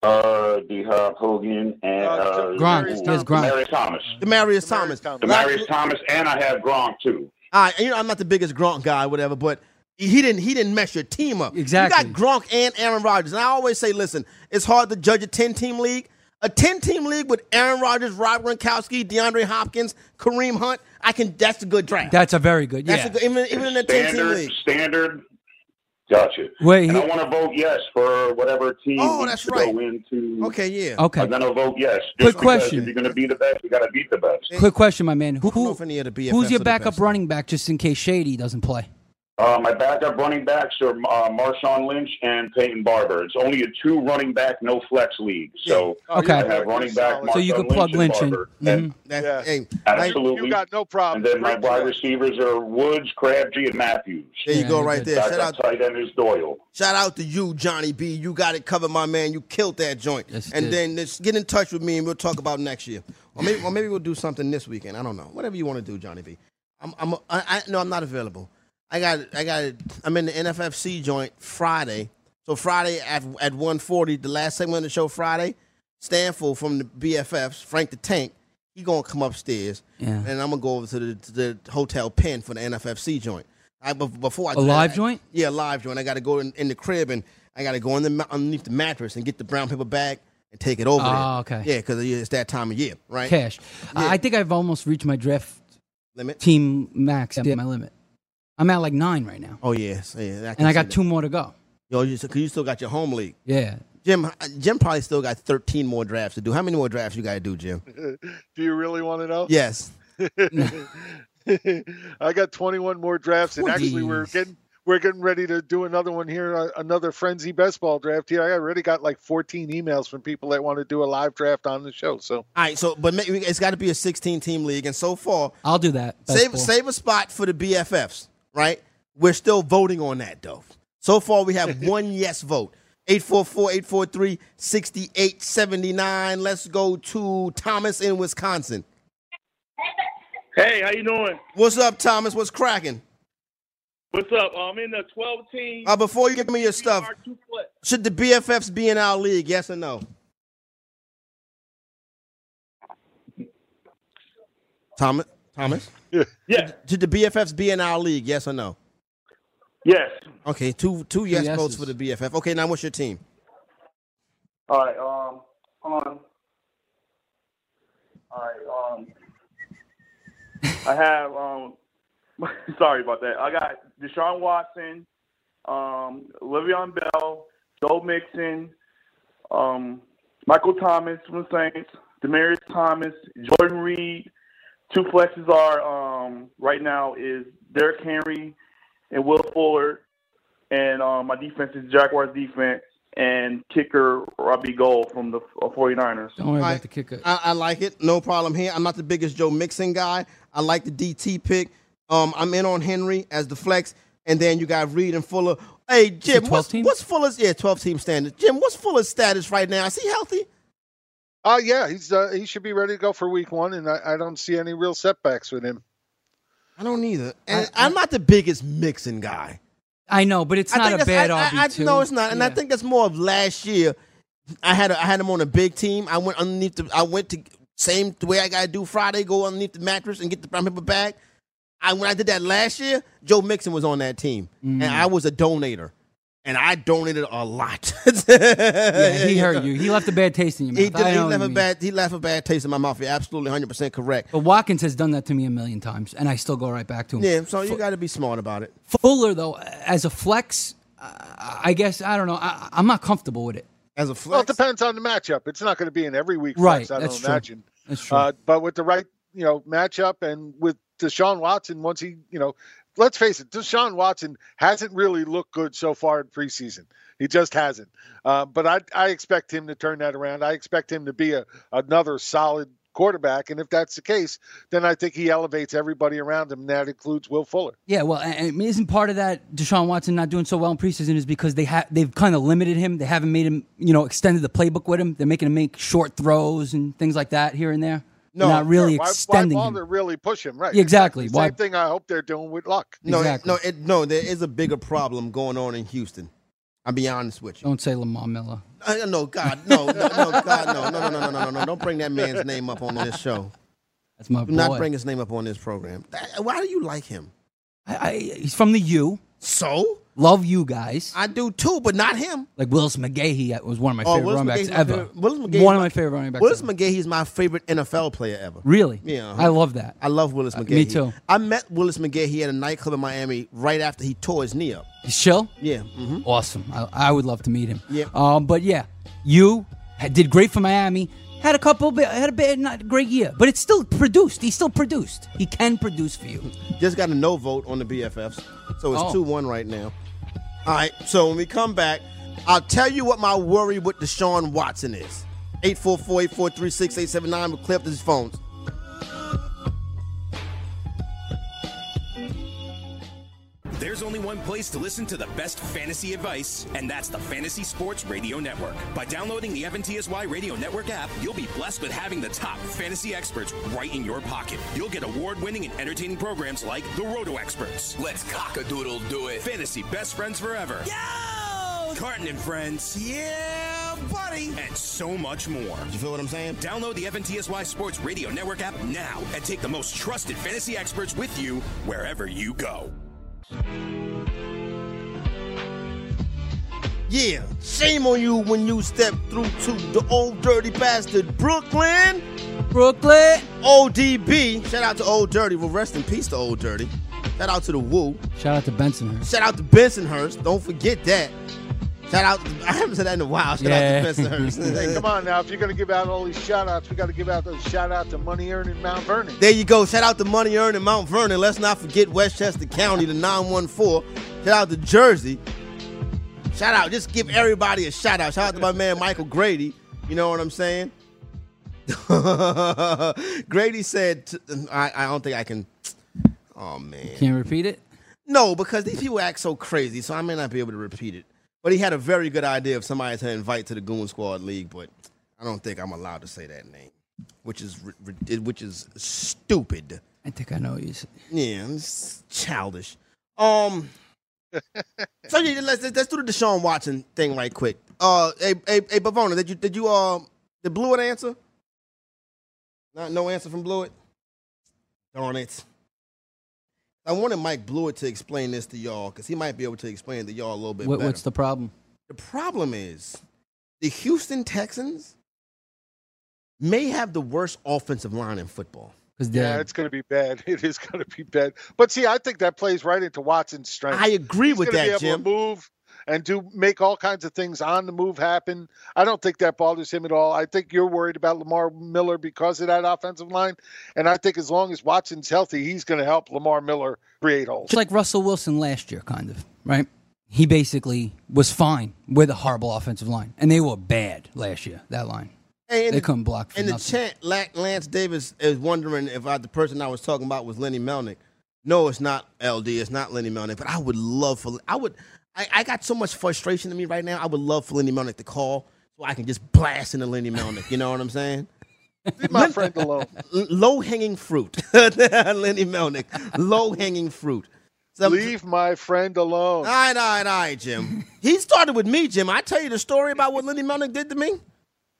Uh, D Hop Hogan and uh,
Gronk. There's Gronk.
Demarius Thomas.
Mm-hmm. Demarius Thomas.
Demarius Thomas, and I have Gronk too.
All right, and you know I'm not the biggest Gronk guy, whatever, but he didn't he didn't mess your team up.
Exactly.
You got Gronk and Aaron Rodgers, and I always say, listen, it's hard to judge a 10 team league. A 10 team league with Aaron Rodgers, Rob Gronkowski, DeAndre Hopkins, Kareem Hunt, I can. That's a good draft.
That's a very good.
That's
Yeah.
a good, even even in a 10 team
Standard,
league.
standard. Gotcha.
Wait,
and
he-
I want to vote yes for whatever team
Oh,
needs
that's
to
right.
go into.
Okay, yeah.
Okay.
I'm gonna vote yes.
Quick
Just because
question.
If you're gonna be the best, you gotta beat the best.
Quick question, my man. Who,
know if any of the BFFs
who's
are
your
the
backup
best.
running back just in case Shady doesn't play?
Uh, my backup running backs are uh, Marshawn Lynch and Peyton Barber. It's only a two running back, no flex league. So
Oh,
Okay.
I have running back.
So you
Marshawn
can plug Lynch in.
and Barber. And
Mhm.
That's, hey,
Absolutely.
You got no problem.
And then my
Great
wide
choice.
receivers are Woods, Crabtree, and Matthews.
There you go,
Mm-hmm.
right there. Shout
Backup
out,
tight end is Doyle.
shout out to you, Johnny B. You got it covered, my man. You killed that joint.
Yes, you
and
did.
then just get in touch with me, and we'll talk about next year, or maybe, or maybe we'll do something this weekend. I don't know. Whatever you want to do, Johnny B. I'm, I'm, I, I no, I'm not available. I got, I got, I'm in the NFFC joint Friday. So Friday at at 1:40, the last segment of the show Friday, Stanford from the BFFs, Frank the Tank, he gonna come upstairs,
Yeah.
and I'm gonna go over to the, to the hotel pen for the NFFC joint. I, bef- before I
A
do that,
live
I-
joint?
yeah, live joint. I got to go in, in the crib and I got to go in the ma- underneath the mattress and get the brown paper bag and take it over.
Oh,
there.
okay.
Yeah, because it's that time of year, right?
Cash. I I think I've almost reached my draft
Limit.
team max, yeah, my limit. I'm at like nine right now,
Oh yes, yeah. can
and I
see
got
that.
two more to go.
Yo, you, cause you still got your home league.
Yeah.
Jim, Jim probably still got thirteen more drafts to do. How many more drafts you got to do, Jim?
Do you really want to know?
Yes.
I got 21 more drafts, and actually, we're
Jeez.
getting we're getting ready to do another one here, uh, another frenzy best ball draft here. I already got like 14 emails from people that want to do a live draft on the show. So
All right. So, but ma- it's got to be a sixteen-team league, and so far,
I'll do that. Best
save
ball.
save a spot for the BFFs, right? We're still voting on that though. So far, we have one yes vote. 844-843-6879. Let's go to Thomas in Wisconsin.
Hey, how you doing?
What's up, Thomas? What's cracking?
What's up? I'm in the 12 team.
Uh, before you give me your stuff,
Two foot.
should the BFFs be in our league? Yes or no? Thomas? Thomas?
Yes.
Should the BFFs be in our league? Yes or no?
Yes.
Okay, two two yes
yeses.
votes for the BFF. Okay, now what's your team?
All right. Um. Hold on. All right. Um. I have um. sorry about that. I got Deshaun Watson, um, Le'Veon Bell, Joe Mixon, um, Michael Thomas from the Saints, Demarius Thomas, Jordan Reed. Two flexes are um right now is Derrick Henry and Will Fuller, and um, my defense is Jaguars defense and kicker Robbie Gold from the uh, 49ers.
Don't worry
All
about
right.
the kicker.
I, I like it. No problem here. I'm not the biggest Joe Mixon guy. I like the DT pick. Um, I'm in on Henry as the flex, and then you got Reed and Fuller. Hey Jim,
12
what's,
team?
what's Fuller's yeah 12 team standard? Jim, what's Fuller's status right now? Is he healthy?
Oh yeah, he's uh, he should be ready to go for week one, and I, I don't see any real setbacks with him.
I don't either. And I, am not the biggest Mixon guy.
I know, but it's
I
not a
that's-
bad
I, I- I-
RB two.
No, it's not. And I
Yeah.
think that's more of last year. I had a, I had him on a big team. I went underneath the. I went to same the way I gotta do Friday. Go underneath the mattress and get the brown paper bag.
Mm.
I when I did that last year, Joe Mixon was on that team, and I was a donator. and I donated a lot.
Yeah, he hurt you. He left a bad taste in your mouth.
He did.
I
He
know what
left
you
a
mean.
bad. He left a bad taste in my mouth. You're absolutely 100 percent correct.
But Watkins has done that to me a million times, and I still go right back to him.
Yeah. So you got to be smart about it.
Fuller though, as a flex, uh, I guess I don't know. I, I'm not comfortable with it.
As a
Well, it depends on the matchup. It's not going to be an every week
Right,
flex, I
that's
don't
true.
imagine.
That's true.
Uh, but with the right, you know, matchup and with Deshaun Watson, once he, you know, let's face it, Deshaun Watson hasn't really looked good so far in preseason. He just hasn't. Uh, but I, I expect him to turn that around. I expect him to be a, another solid quarterback. And if that's the case, then I think he elevates everybody around him. And that includes Will Fuller.
Yeah, well, and and isn't part of that Deshaun Watson not doing so well in preseason is because they have they've kind of limited him. They haven't made him, you know, extended the playbook with him. They're making him make short throws and things like that here and there. They're not really
sure. Why-
extending
why
him.
bother really push him? Right.
Yeah, exactly.
Same
Why-
thing I hope they're doing with Luck.
No, no, it, no. There is a bigger problem going on in Houston. I'll be honest with you.
Don't say Lamar Miller.
I, no, God, no, no, no, God, no, no, no, no, no, no, no, no. Don't bring that man's name up on this show.
That's my
Do not
boy.
bring his name up on this program. That- why do you like him?
I, I, he's from the U.
So
love you guys.
I do too, but not him.
Like Willis McGahee was one of my
Oh,
favorite
Willis
running backs
McGahee's my
ever.
favorite- Willis McGahee's
one of
my-
my favorite running backs.
Willis
ever.
McGahee is my favorite NFL player ever.
Really?
Yeah. uh-huh.
I love that. Uh,
I love Willis McGahee.
me too.
I met Willis McGahee at a nightclub in Miami right after he tore his knee up.
He's chill.
Yeah. Mm-hmm.
Awesome. I, I would love to meet him.
Yeah.
Um, but yeah, you had, did great for Miami. Had a couple, bit, had a bit, not great year, but it's still produced. He still produced. He can produce for you.
Just got a no vote on the BFFs. So it's
Oh.
2 1 right now. All right. So when we come back, I'll tell you what my worry with Deshaun Watson is. 844 843 6879. We'll clip his phones.
There's only one place to listen to the best fantasy advice, and that's the Fantasy Sports Radio Network. By downloading the FNTSY Radio Network app, you'll be blessed with having the top fantasy experts right in your pocket. You'll get award winning and entertaining programs like The Roto Experts. Let's cock a doodle do it. Fantasy Best Friends Forever. Yo! Carton and Friends. Yeah, buddy. And so much more.
You feel what I'm saying?
Download the FNTSY Sports Radio Network app now and take the most trusted fantasy experts with you wherever you go.
Yeah, shame on you when you step through to the old dirty bastard Brooklyn.
Brooklyn.
ODB. Shout out to Old Dirty. Well, rest in peace to Old Dirty. Shout out to the Woo.
Shout out to Bensonhurst.
Shout out to Bensonhurst. Don't forget that. Shout out. To, I haven't said that in a while. Shout
Yeah.
out to
Hey, come
Bensonhurst.
on now. If you're going to give out all these shout outs, we got to give out those shout out to Money Earning Mount Vernon.
there you go. Shout out to Money Earned in Mount Vernon. Let's not forget Westchester County, the 914. Shout out to Jersey. Shout out. Just give everybody a shout out. Shout out to my man Michael Grady. You know what I'm saying? Grady said, t- I, I don't think I can. Oh, man.
Can't repeat it.
No, because these people act so crazy, so I may not be able to repeat it. But he had a very good idea of somebody to invite to the Goon Squad League, but I don't think I'm allowed to say that name, which is ri- ri- which is stupid.
I think I know you. s-
Yeah, it's childish. Um, so yeah, let's let's do the Deshaun Watson thing right quick. Uh, hey, hey, hey, Bavona, did you did you uh did Blewett answer? Not no answer from Blewett. Darn it. I wanted Mike Blewett to explain this to y'all because he might be able to explain it to y'all a little bit
What,
better.
what's the problem?
The problem is the Houston Texans may have the worst offensive line in football.
Because
Yeah, it's going to be bad. It is going to be bad. But see, I think that plays right into Watson's strength.
I agree
He's
with
gonna
that,
be able
Jim.
To move and do make all kinds of things on the move happen. I don't think that bothers him at all. I think you're worried about Lamar Miller because of that offensive line, and I think as long as Watson's healthy, he's going to help Lamar Miller create holes.
Just like Russell Wilson last year, kind of, right? He basically was fine with a horrible offensive line, and they were bad last year. That line,
And
they couldn't block. For
In the
nothing.
chat, La- Lance Davis is wondering if I, the person I was talking about was Lenny Melnick. No, it's not LD. It's not Lenny Melnick. But I would love for I would. I, I got so much frustration in me right now. I would love for Lenny Melnick to call so I can just blast into Lenny Melnick. You know what I'm saying?
Leave my friend alone.
Low hanging fruit, Lenny Melnick. Low hanging fruit. So-
Leave my friend alone.
all right, all right, all right, Jim. He started with me, Jim. I tell you the story about what Lenny Melnick did to me.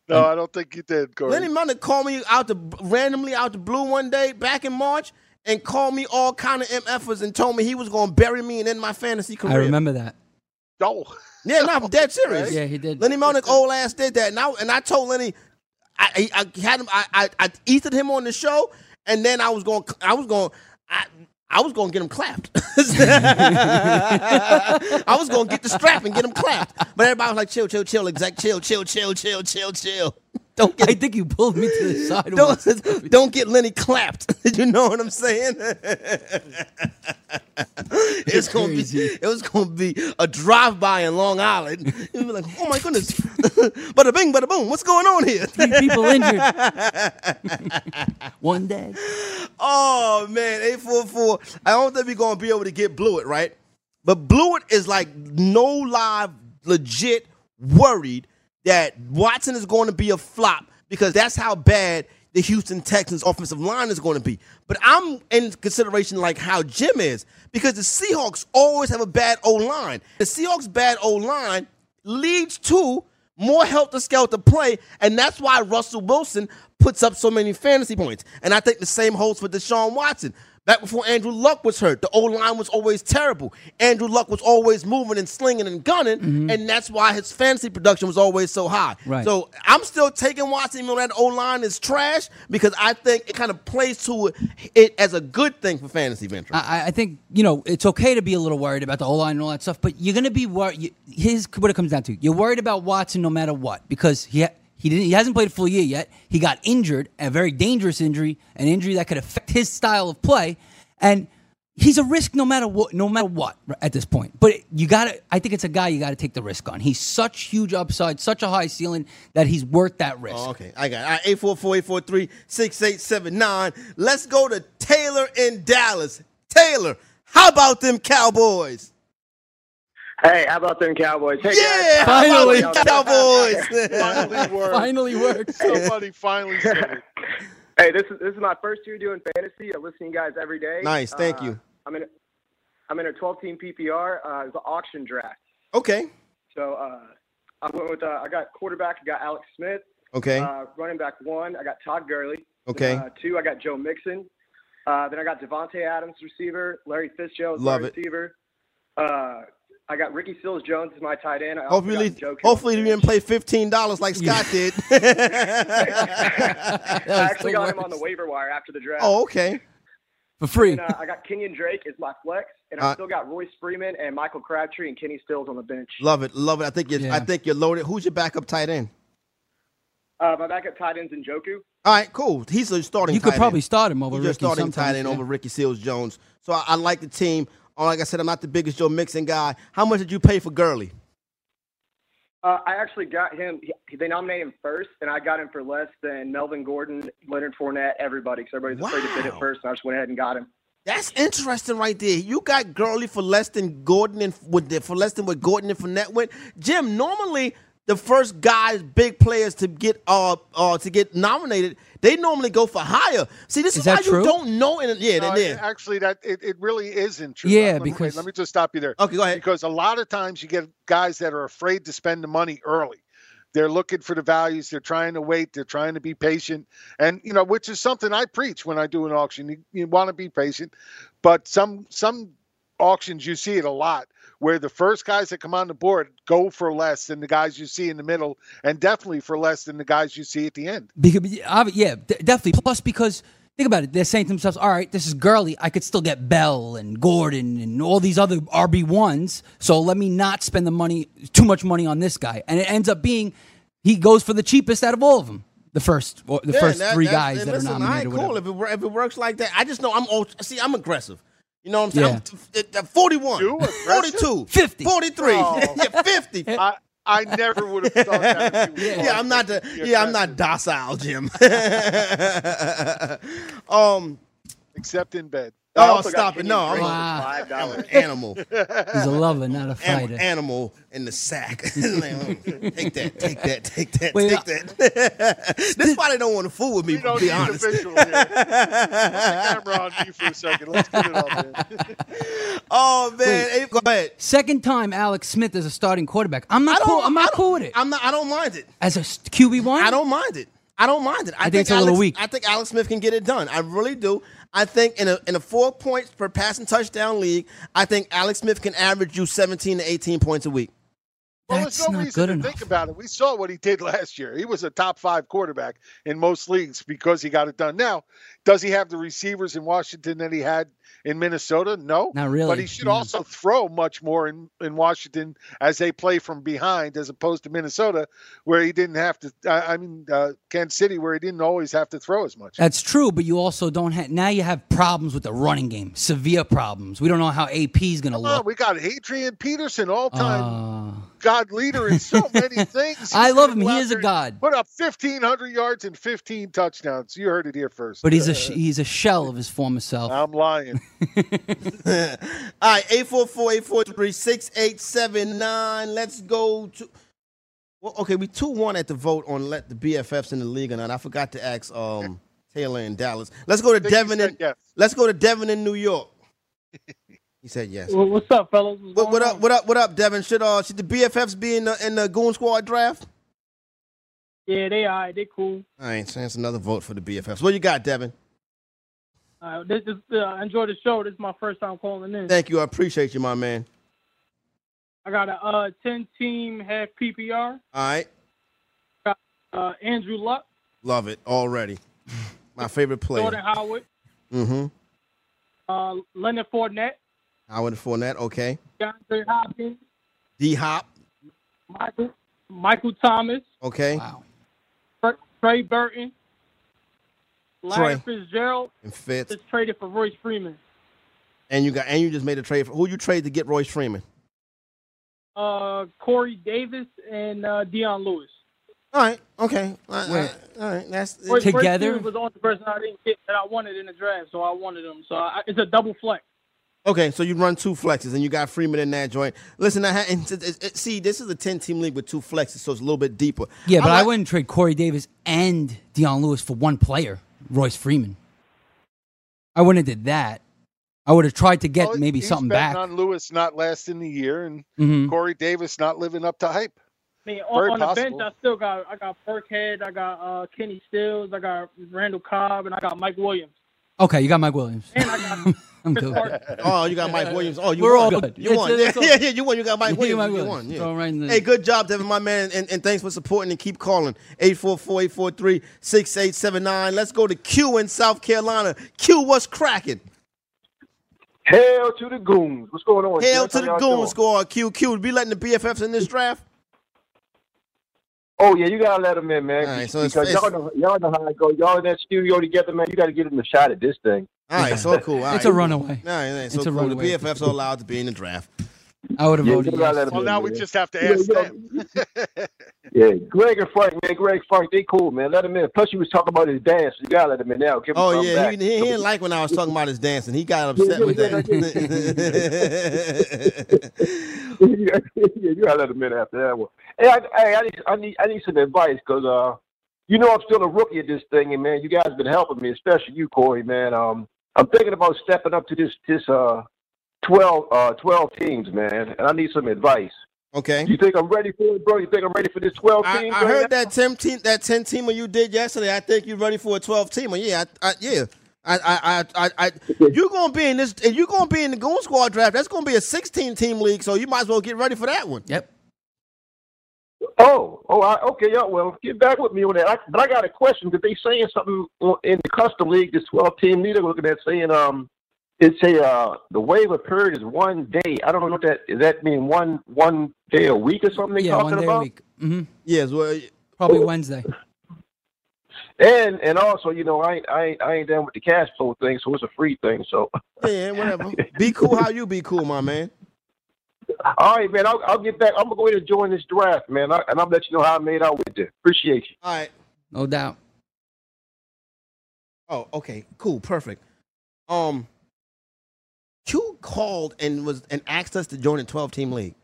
No, I don't think you did, Corey.
Lenny Munn called me out the randomly out the blue one day back in March and called me all kind of MFers and told me he was going to bury me and end my fantasy career.
I remember that.
No.
Yeah, no, I'm dead serious.
Yeah, he did.
Lenny Melnick old ass did that, and I and I told Lenny, I I, I had him, I, I I ethered him on the show, and then I was going, to I was going, to I. I was gonna get him clapped. I was gonna get the strap and get him clapped, but everybody was like, "Chill, chill, chill, exact, chill, chill, chill, chill, chill, chill." Don't get. I
think you pulled me to the side.
Don't, don't get Lenny clapped. you know what I'm saying? it's gonna be it was gonna be a drive by in Long Island. It was like, oh my goodness, bada bing, bada boom. What's going on here?
Three people injured. One day.
Oh man, eight four four. I don't think we're gonna be able to get blew it right, but blew it is like no live, legit worried that Watson is going to be a flop because that's how bad the Houston Texans offensive line is going to be. But I'm in consideration like how Jim is because the Seahawks always have a bad O line. The Seahawks' bad O line leads to more helter skelter play, and that's why Russell Wilson puts up so many fantasy points. And I think the same holds for Deshaun Watson. Back before Andrew Luck was hurt, the O line was always terrible. Andrew Luck was always moving and slinging and gunning,
Mhm.
and that's why his fantasy production was always so high.
Right.
So I'm still taking Watson, even though that O line is trash, because I think it kind of plays to it, it as a good thing for fantasy venture.
I, I think you know it's okay to be a little worried about the O line and all that stuff, but you're going to be worried. Here's what it comes down to: you're worried about Watson no matter what because he ha- he didn't he hasn't played a full year yet. He got injured, a very dangerous injury, an injury that could affect his style of play, and he's a risk no matter what no matter what r- at this point. But you got to I think it's a guy you got to take the risk on. He's such huge upside, such a high ceiling that he's worth that risk.
Oh, okay, I got it. All right, 844 843 6879. Let's go to Taylor in Dallas. Taylor, how about them Cowboys?
Hey, how about them Cowboys? Hey,
yeah,
guys, how about
finally,
them
Cowboys.
finally worked.
Finally worked.
Somebody finally said it.
Hey, this is this is my first year doing fantasy. I listen to you guys every day.
Nice, thank
Uh,
you.
I'm in. A, I'm in a 12-team PPR. Uh, it's an auction draft.
Okay,
So uh, I went with. Uh, I got quarterback. I got Alex Smith.
Okay.
Uh, running back one. I got Todd Gurley.
Okay.
Uh, two. I got Joe Mixon. Uh, then I got Devonte Adams, receiver. Larry Fitzgerald,
Love
wide
it.
receiver. Uh, I got Ricky Seals Jones as my tight end. I also got
hopefully,
Joe Kittle.
hopefully you didn't play $15 like Scott did.
I actually got him on the waiver wire after the draft.
Oh, okay.
For free.
And, uh, I got Kenyon Drake as my flex, and I
Uh,
still got Royce Freeman and Michael Crabtree and Kenny Stills on the bench.
Love it, love it. I think you're, I
Yeah.
think you're loaded. Who's your backup tight end?
Uh, my backup tight end's in Joku.
All right, cool. He's a starting.
You could
tight
probably
end.
start him over
He's your
Ricky
starting
sometimes,
tight end
yeah.
over Ricky Seals Jones. So I, I like the team. Oh, Like I said, I'm not the biggest Joe Mixon guy. How much did you pay for Gurley?
Uh, I actually got him. He, they nominated him first, and I got him for less than Melvin Gordon, Leonard Fournette, everybody. Because everybody's afraid to bid it first, and I just went ahead and got him.
That's interesting, right there. You got Gurley for less than Gordon and with the, for less than what Gordon and Fournette went. Jim, normally the first guys, big players to get uh, uh to get nominated, they normally go for higher. See, this is,
Is that
why
true?
you don't know. And yeah,
No,
then
it-
yeah.
actually, that it, it really isn't true. Let
Yeah,
me- wait,
because-
let me just stop you there.
Okay, go ahead.
Because a lot of times you get guys that are afraid to spend the money early. They're looking for the values. They're trying to wait. They're trying to be patient, and you know, which is something I preach when I do an auction. You, you want to be patient, but some some auctions you see it a lot where the first guys that come on the board go for less than the guys you see in the middle, and definitely for less than the guys you see at the end.
Because, obvi- yeah, de- definitely. Plus, because think about it, they're saying to themselves, "All right, this is Gurley. I could still get Bell and Gordon and all these other RB ones. So let me not spend the money too much money on this guy." And it ends up being he goes for the cheapest out of all of them. The first, or the
Yeah,
first
that-
three
that's-
guys
and
that
listen,
are
I
nominated.
ain't
or whatever.
cool if it, wor- if it works like that. I just know I'm old. See, I'm aggressive. You know what I'm saying? I'm t- f- uh, 41, 42, 50, 43,
Oh.
yeah, 50.
I, I never would have thought that. if you were
yeah, I'm not the,
You're
yeah, I'm not docile, Jim. um,
except in bed.
I
Oh,
also got
stop it! No, I'm,
Kenyon
I'm
Drake for $5.
an animal.
He's a lover, not a
Am-
fighter.
animal in the sack. take that, take that, take that,
Wait, uh,
take
I-
that. this is why they don't want to fool with me.
We don't
be
need the
honest.
visual here. Put the camera on me for a second. Let's get it off.
Oh man,
Wait.
go ahead.
Second time Alex Smith is a starting quarterback. I'm
I
not
don't-
cool. I'm
I
not
don't-
cool with it.
I'm not. I don't mind it.
As a QB one, I
don't mind it. I don't mind it. I,
think it's a little
Alex,
weak.
I think Alex Smith can get it done. I really do. I think in a in a four points per passing touchdown league, I think Alex Smith can average you seventeen to eighteen points a week.
Well, there's no reason to think about it. We saw what he did last year. He was a top five quarterback in most leagues because he got it done. Now, does he have the receivers in Washington that he had in Minnesota? No.
Not really,
But he should
no.
also throw much more in, in Washington as they play from behind as opposed to Minnesota, where he didn't have to, I, I mean, uh, Kansas City, where he didn't always have to throw as much.
That's true, but you also don't have now. You have problems with the running game, severe problems. We don't know how AP is going to
Oh,
look.
we got Adrian Peterson, all time
Uh,
God leader in so many things.
I love him.
Go
He
out
is a
there and
god.
Put up 1,500 yards and 15 touchdowns. You heard it here first. Uh,
but he's a sh- he's a shell of his former self.
I'm lying.
All right, 844-843-6879. Let's go to well, okay, we two one at the vote on let the BFFs in the league or not. I forgot to ask um Taylor in Dallas. Let's go to Devin in let's go to Devin in New York. He said yes.
Well, what's up, fellas? What's
What, what up? What up? What up, Devin? Should uh should the BFFs be in the in the Goon Squad draft?
Yeah, they all right. They cool.
All right, so that's another vote for the BFFs. What you got, Devin?
Uh, this is, uh, I enjoy the show. This is my first time calling in.
Thank you. I appreciate you, my man.
I got a uh, 10 team half PPR.
All right,
Got uh, Andrew Luck,
love it already. My favorite
Jordan
player.
Howard,
Mm-hmm.
uh, Leonard Fournette,
Howard Fournette. Okay.
DeAndre Hopkins,
D Hop.
Michael, Michael Thomas,
Okay.
Tre- Trey Burton, Larry Fitzgerald.
And Fitz.
Just traded for Royce Freeman.
And you got and you just made a trade for who you trade to get Royce Freeman.
Uh, Corey Davis and uh, Deion Lewis.
All right. Okay.
Wait.
all right. That's
Royce,
Together?
Royce Freeman was the only person I didn't get that I wanted in the draft, so I wanted him. So I, it's a double flex.
Okay, so you run two flexes and you got Freeman in that joint. Listen, I had, and t- t- t- see, this is a ten-team league with two flexes, so it's a little bit deeper.
yeah, but I
I'm not-
wouldn't trade Corey Davis and Deion Lewis for one player, Royce Freeman. I wouldn't have did that. I would have tried to get
Well,
maybe
Oh, he's
something
betting
back.
on Lewis not lasting the year and
Mhm.
Corey Davis not living up to hype.
I mean,
Very
on, on the bench,
possible.
I still got I got Burkhead, I got uh, Kenny Stills, I got Randall Cobb, and I got Mike Williams.
Okay, you got Mike Williams.
And I got
I'm good.
Oh, you got Mike Williams. Oh, you
We're
won.
all good.
You won.
It's- it's
yeah,
all-
yeah, yeah, you won. You got Mike
Yeah,
Williams.
Mike
you
Williams.
won. Yeah.
Throw him right in the-
Hey, good job, Devin, my man, and, and thanks for supporting and keep calling. 844-843-6879. Let's go to Q in South Carolina. Q, what's cracking?
Hell to the goons. What's going on?
Hell
How
to the
y'all
goon
doing?
squad, Q. Q, be letting the BFFs in this draft?
Oh yeah, you gotta let them in, man.
All right, so it's-
because y'all
it's-
know, y'all know how it goes. Y'all in that studio together, man. You gotta give them a shot at this thing.
All right, so cool. All
It's
right.
a runaway.
All right, all right, so
It's a
cool.
runaway.
The BFFs are allowed to be in the draft.
I would have
Yeah,
voted.
you gotta
yes.
let 'em
Well,
in,
now we
man.
just have to
Yeah,
ask
yeah.
them.
Yeah, Greg and Frank, man. Greg and Frank, they cool, man. Let them in. Plus, you was talking about his dance. You gotta let them in now. Give 'em
Oh
something
yeah,
back.
he, he, he didn't like when I was talking about his dancing. He got upset with that.
yeah, you gotta let him in after that one. Hey, I, hey, I need, I need, I need some advice because, uh, you know, I'm still a rookie at this thing, and man, you guys been helping me, especially you, Corey, man. Um, I'm thinking about stepping up to this, this, uh, 12, uh, 12 teams, man, and I need some advice.
Okay.
You think I'm ready for it, bro? You think I'm ready for this 12
I,
teams?
I
right
heard
now?
that ten team that ten teamer you did yesterday. I think you're ready for a twelve teamer. Yeah, I, I, yeah. I, I, I, I, I, you're gonna be in this. If you're gonna be in the Goon Squad draft, that's gonna be a 16 team league. So you might as well get ready for that one.
Yep.
Oh, oh, I, okay, yeah. Well, get back with me on that. I, but I got a question. Did they saying something on- in the custom league? This twelve team leader looking at saying, um, it's a uh, the waiver period is one day. I don't know what that is. That mean one one day a week or something? They
Yeah,
talking
one day
about?
a week. hmm
Yes. Well,
Probably Wednesday.
And and also, you know, I ain't- I ain't, I ain't done with the cash flow thing, so it's a free thing. So,
yeah, whatever. be cool. How you be cool, my man?
all right, man, I'll, I'll get back. I'm gonna go ahead and join this draft, man, I, and I'll let you know how I made out with it. Appreciate you.
All right.
No doubt.
Oh, okay, cool, perfect. Um, Q called and was and asked us to join a twelve team league.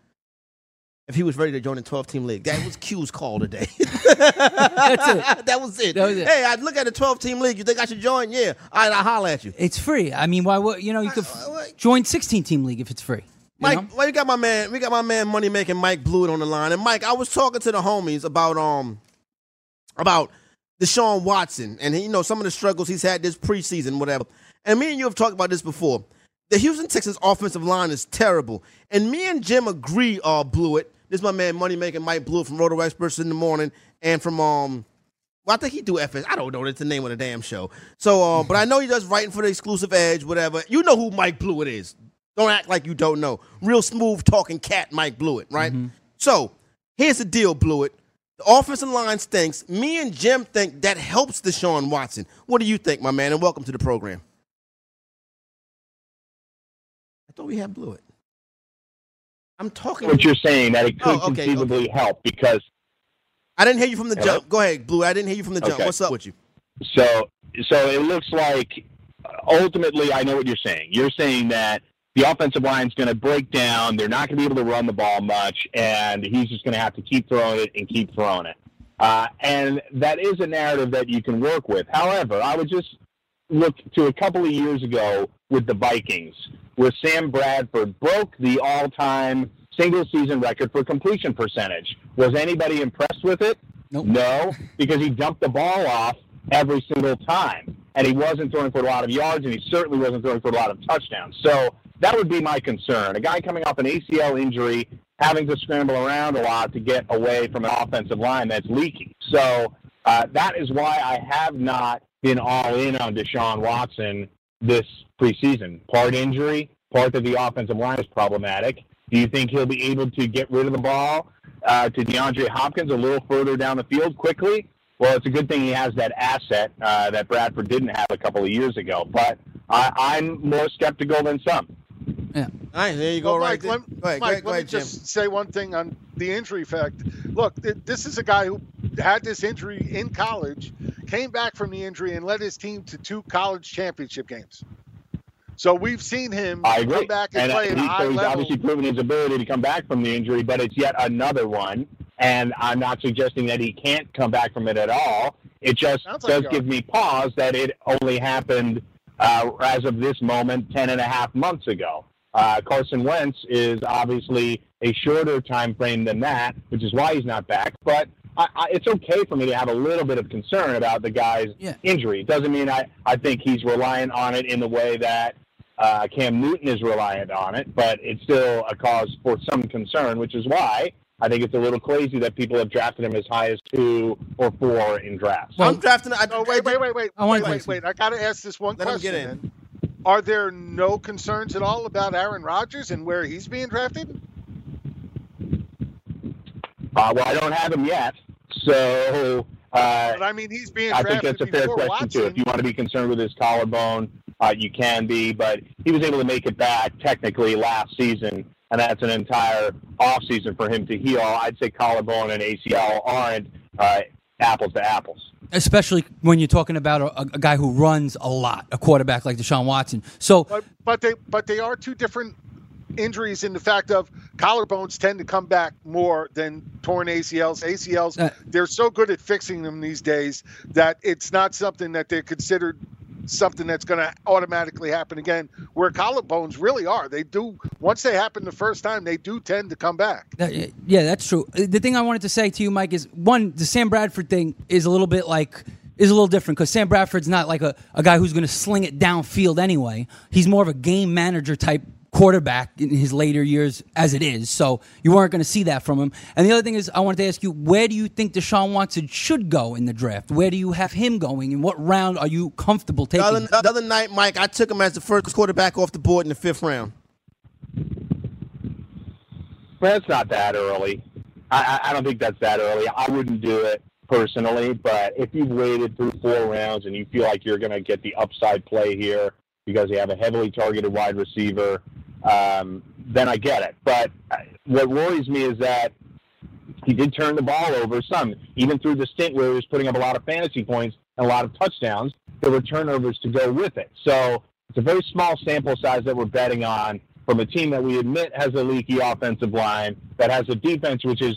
If he was ready to join a twelve team league, that was Q's call today. That's it. that was it.
That was it.
Hey, I look at a twelve team league. You think I should join? Yeah. All right, I holler at you.
It's free. I mean, why would you know? You could f- join 16 team league if it's free.
Mike, well, you got my man. We got my man, money making Mike Blewett on the line. And Mike, I was talking to the homies about um about Deshaun Watson and you know some of the struggles he's had this preseason, whatever. And me and you have talked about this before. The Houston Texans offensive line is terrible, and me and Jim agree. Uh, blew it. This is my man Money Making Mike Blue from Roto Experts in the morning, and from um, well, I think he do FS. I don't know. Oh, That's the name of the damn show. So, uh, but I know he does writing for the exclusive Edge, whatever. You know who Mike Blewett is. Don't act like you don't know. Real smooth talking cat, Mike Blewett, right? So here's the deal, Blewett. The offensive line stinks. Me and Jim think that helps Deshaun Watson. What do you think, my man? And welcome to the program. I thought we had Blewett. I'm talking.
What you're saying that it could
Oh, okay,
conceivably help because
I didn't hear you from the
Hello?
jump. Go ahead, Blue. I didn't hear you from the jump.
Okay.
What's up with you?
so so it looks like uh, ultimately I know what you're saying. You're saying that the offensive line's going to break down. They're not going to be able to run the ball much, and he's just going to have to keep throwing it and keep throwing it. Uh, and that is a narrative that you can work with. However, I would just look to a couple of years ago with the Vikings, where Sam Bradford broke the all-time single-season record for completion percentage. Was anybody impressed with it? No, because he dumped the ball off every single time, and he wasn't throwing for a lot of yards, and he certainly wasn't throwing for a lot of touchdowns. So that would be my concern. A guy coming off an ACL injury, having to scramble around a lot to get away from an offensive line that's leaky. So uh, that is why I have not been all in on Deshaun Watson this preseason. Part injury, part that the offensive line is problematic. Do you think he'll be able to get rid of the ball uh, to DeAndre Hopkins a little further down the field quickly? Well, it's a good thing he has that asset uh, that Bradford didn't have a couple of years ago. But I, I'm more skeptical than some.
All right, there you
Well, Mike, Let, Mike, let me just say one thing on the injury fact. Look, th- this is a guy who had this injury in college, came back from the injury, and led his team to two college championship games. So we've seen him
I agree.
come back and,
and
play at
he's,
a high
so he's
level.
obviously proven his ability to come back from the injury, but it's yet another one. And I'm not suggesting that he can't come back from it at all. It just
Sounds like
does
you are.
give me pause that it only happened uh, as of this moment, 10 and a half months ago. Uh, Carson Wentz is obviously a shorter time frame than that, which is why he's not back. But I, I, it's okay for me to have a little bit of concern about the guy's injury. It doesn't mean I, I think he's reliant on it in the way that uh, Cam Newton is reliant on it, but it's still a cause for some concern, which is why I think it's a little crazy that people have drafted him as high as two or four in drafts.
I'm drafting. I,
no, wait, wait, wait, wait.
I wanna
wait, wait,
question.
wait. I got to ask this one
Let him
question.
get
then. Are there no concerns at all about Aaron Rodgers and where he's being drafted?
Uh, well, I don't have him yet, so uh,
But I mean, he's being
I think
drafted
that's a fair
before
question
Watson.
too. If you want to be concerned with his collarbone, uh, you can be, but he was able to make it back technically last season, and that's an entire off season for him to heal. I'd say collarbone and ACL aren't uh, apples to apples.
especially when you're talking about a, a guy who runs a lot, a quarterback like Deshaun Watson. So
But but they but they are two different injuries in the fact of collarbones tend to come back more than torn ACLs. ACLs they're so good at fixing them these days that it's not something that they're considered something that's going to automatically happen again. Where collarbones really are, they do once they happen the first time, they do tend to come back.
That- yeah, that's true. Uh, The thing I wanted to say to you, Mike, is one, the Sam Bradford thing is a little bit like is a little different because Sam Bradford's not like a, a guy who's going to sling it downfield anyway. He's more of a game manager type quarterback in his later years as it is. So you weren't going to see that from him. And the other thing is I wanted to ask you, where do you think Deshaun Watson should go in the draft? Where do you have him going? And what round are you comfortable
The
taking?
other, the other night, Mike, I took him as the first quarterback off the board in the fifth round.
Well, it's not that early. I, I I don't think that's that early. I wouldn't do it personally, but if you've waited through four rounds and you feel like you're going to get the upside play here because you have a heavily targeted wide receiver, um, then I get it. But uh, what worries me is that he did turn the ball over some, even through the stint where he was putting up a lot of fantasy points and a lot of touchdowns. There were turnovers to go with it. So it's a very small sample size that we're betting on from a team that we admit has a leaky offensive line, that has a defense which is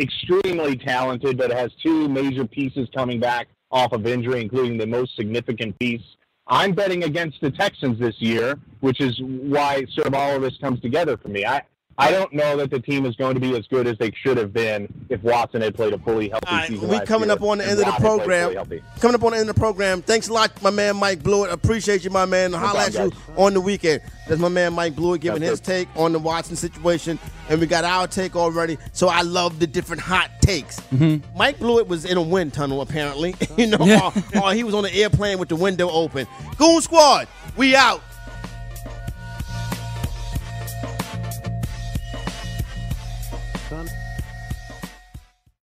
extremely talented, but has two major pieces coming back off of injury, including the most significant piece. I'm betting against the Texans this year, which is why sort of all of this comes together for me. I, I don't know that the team is going to be as good as they should have been if Watson had played a fully healthy season.
We
last
coming
year
up on the
and
end of the
Watt had played
program.
fully healthy.
Coming up on the end of the program. Thanks a lot, my man Mike Blewett. Appreciate you, my man. Holla at you
problem,
on the weekend. That's my man Mike Blewett giving his take on the Watson situation, and we got our take already. So I love the different hot takes.
Mm-hmm.
Mike Blewett was in a wind tunnel apparently. you know, or, or he was on an airplane with the window open. Goon Squad, we out.
Son.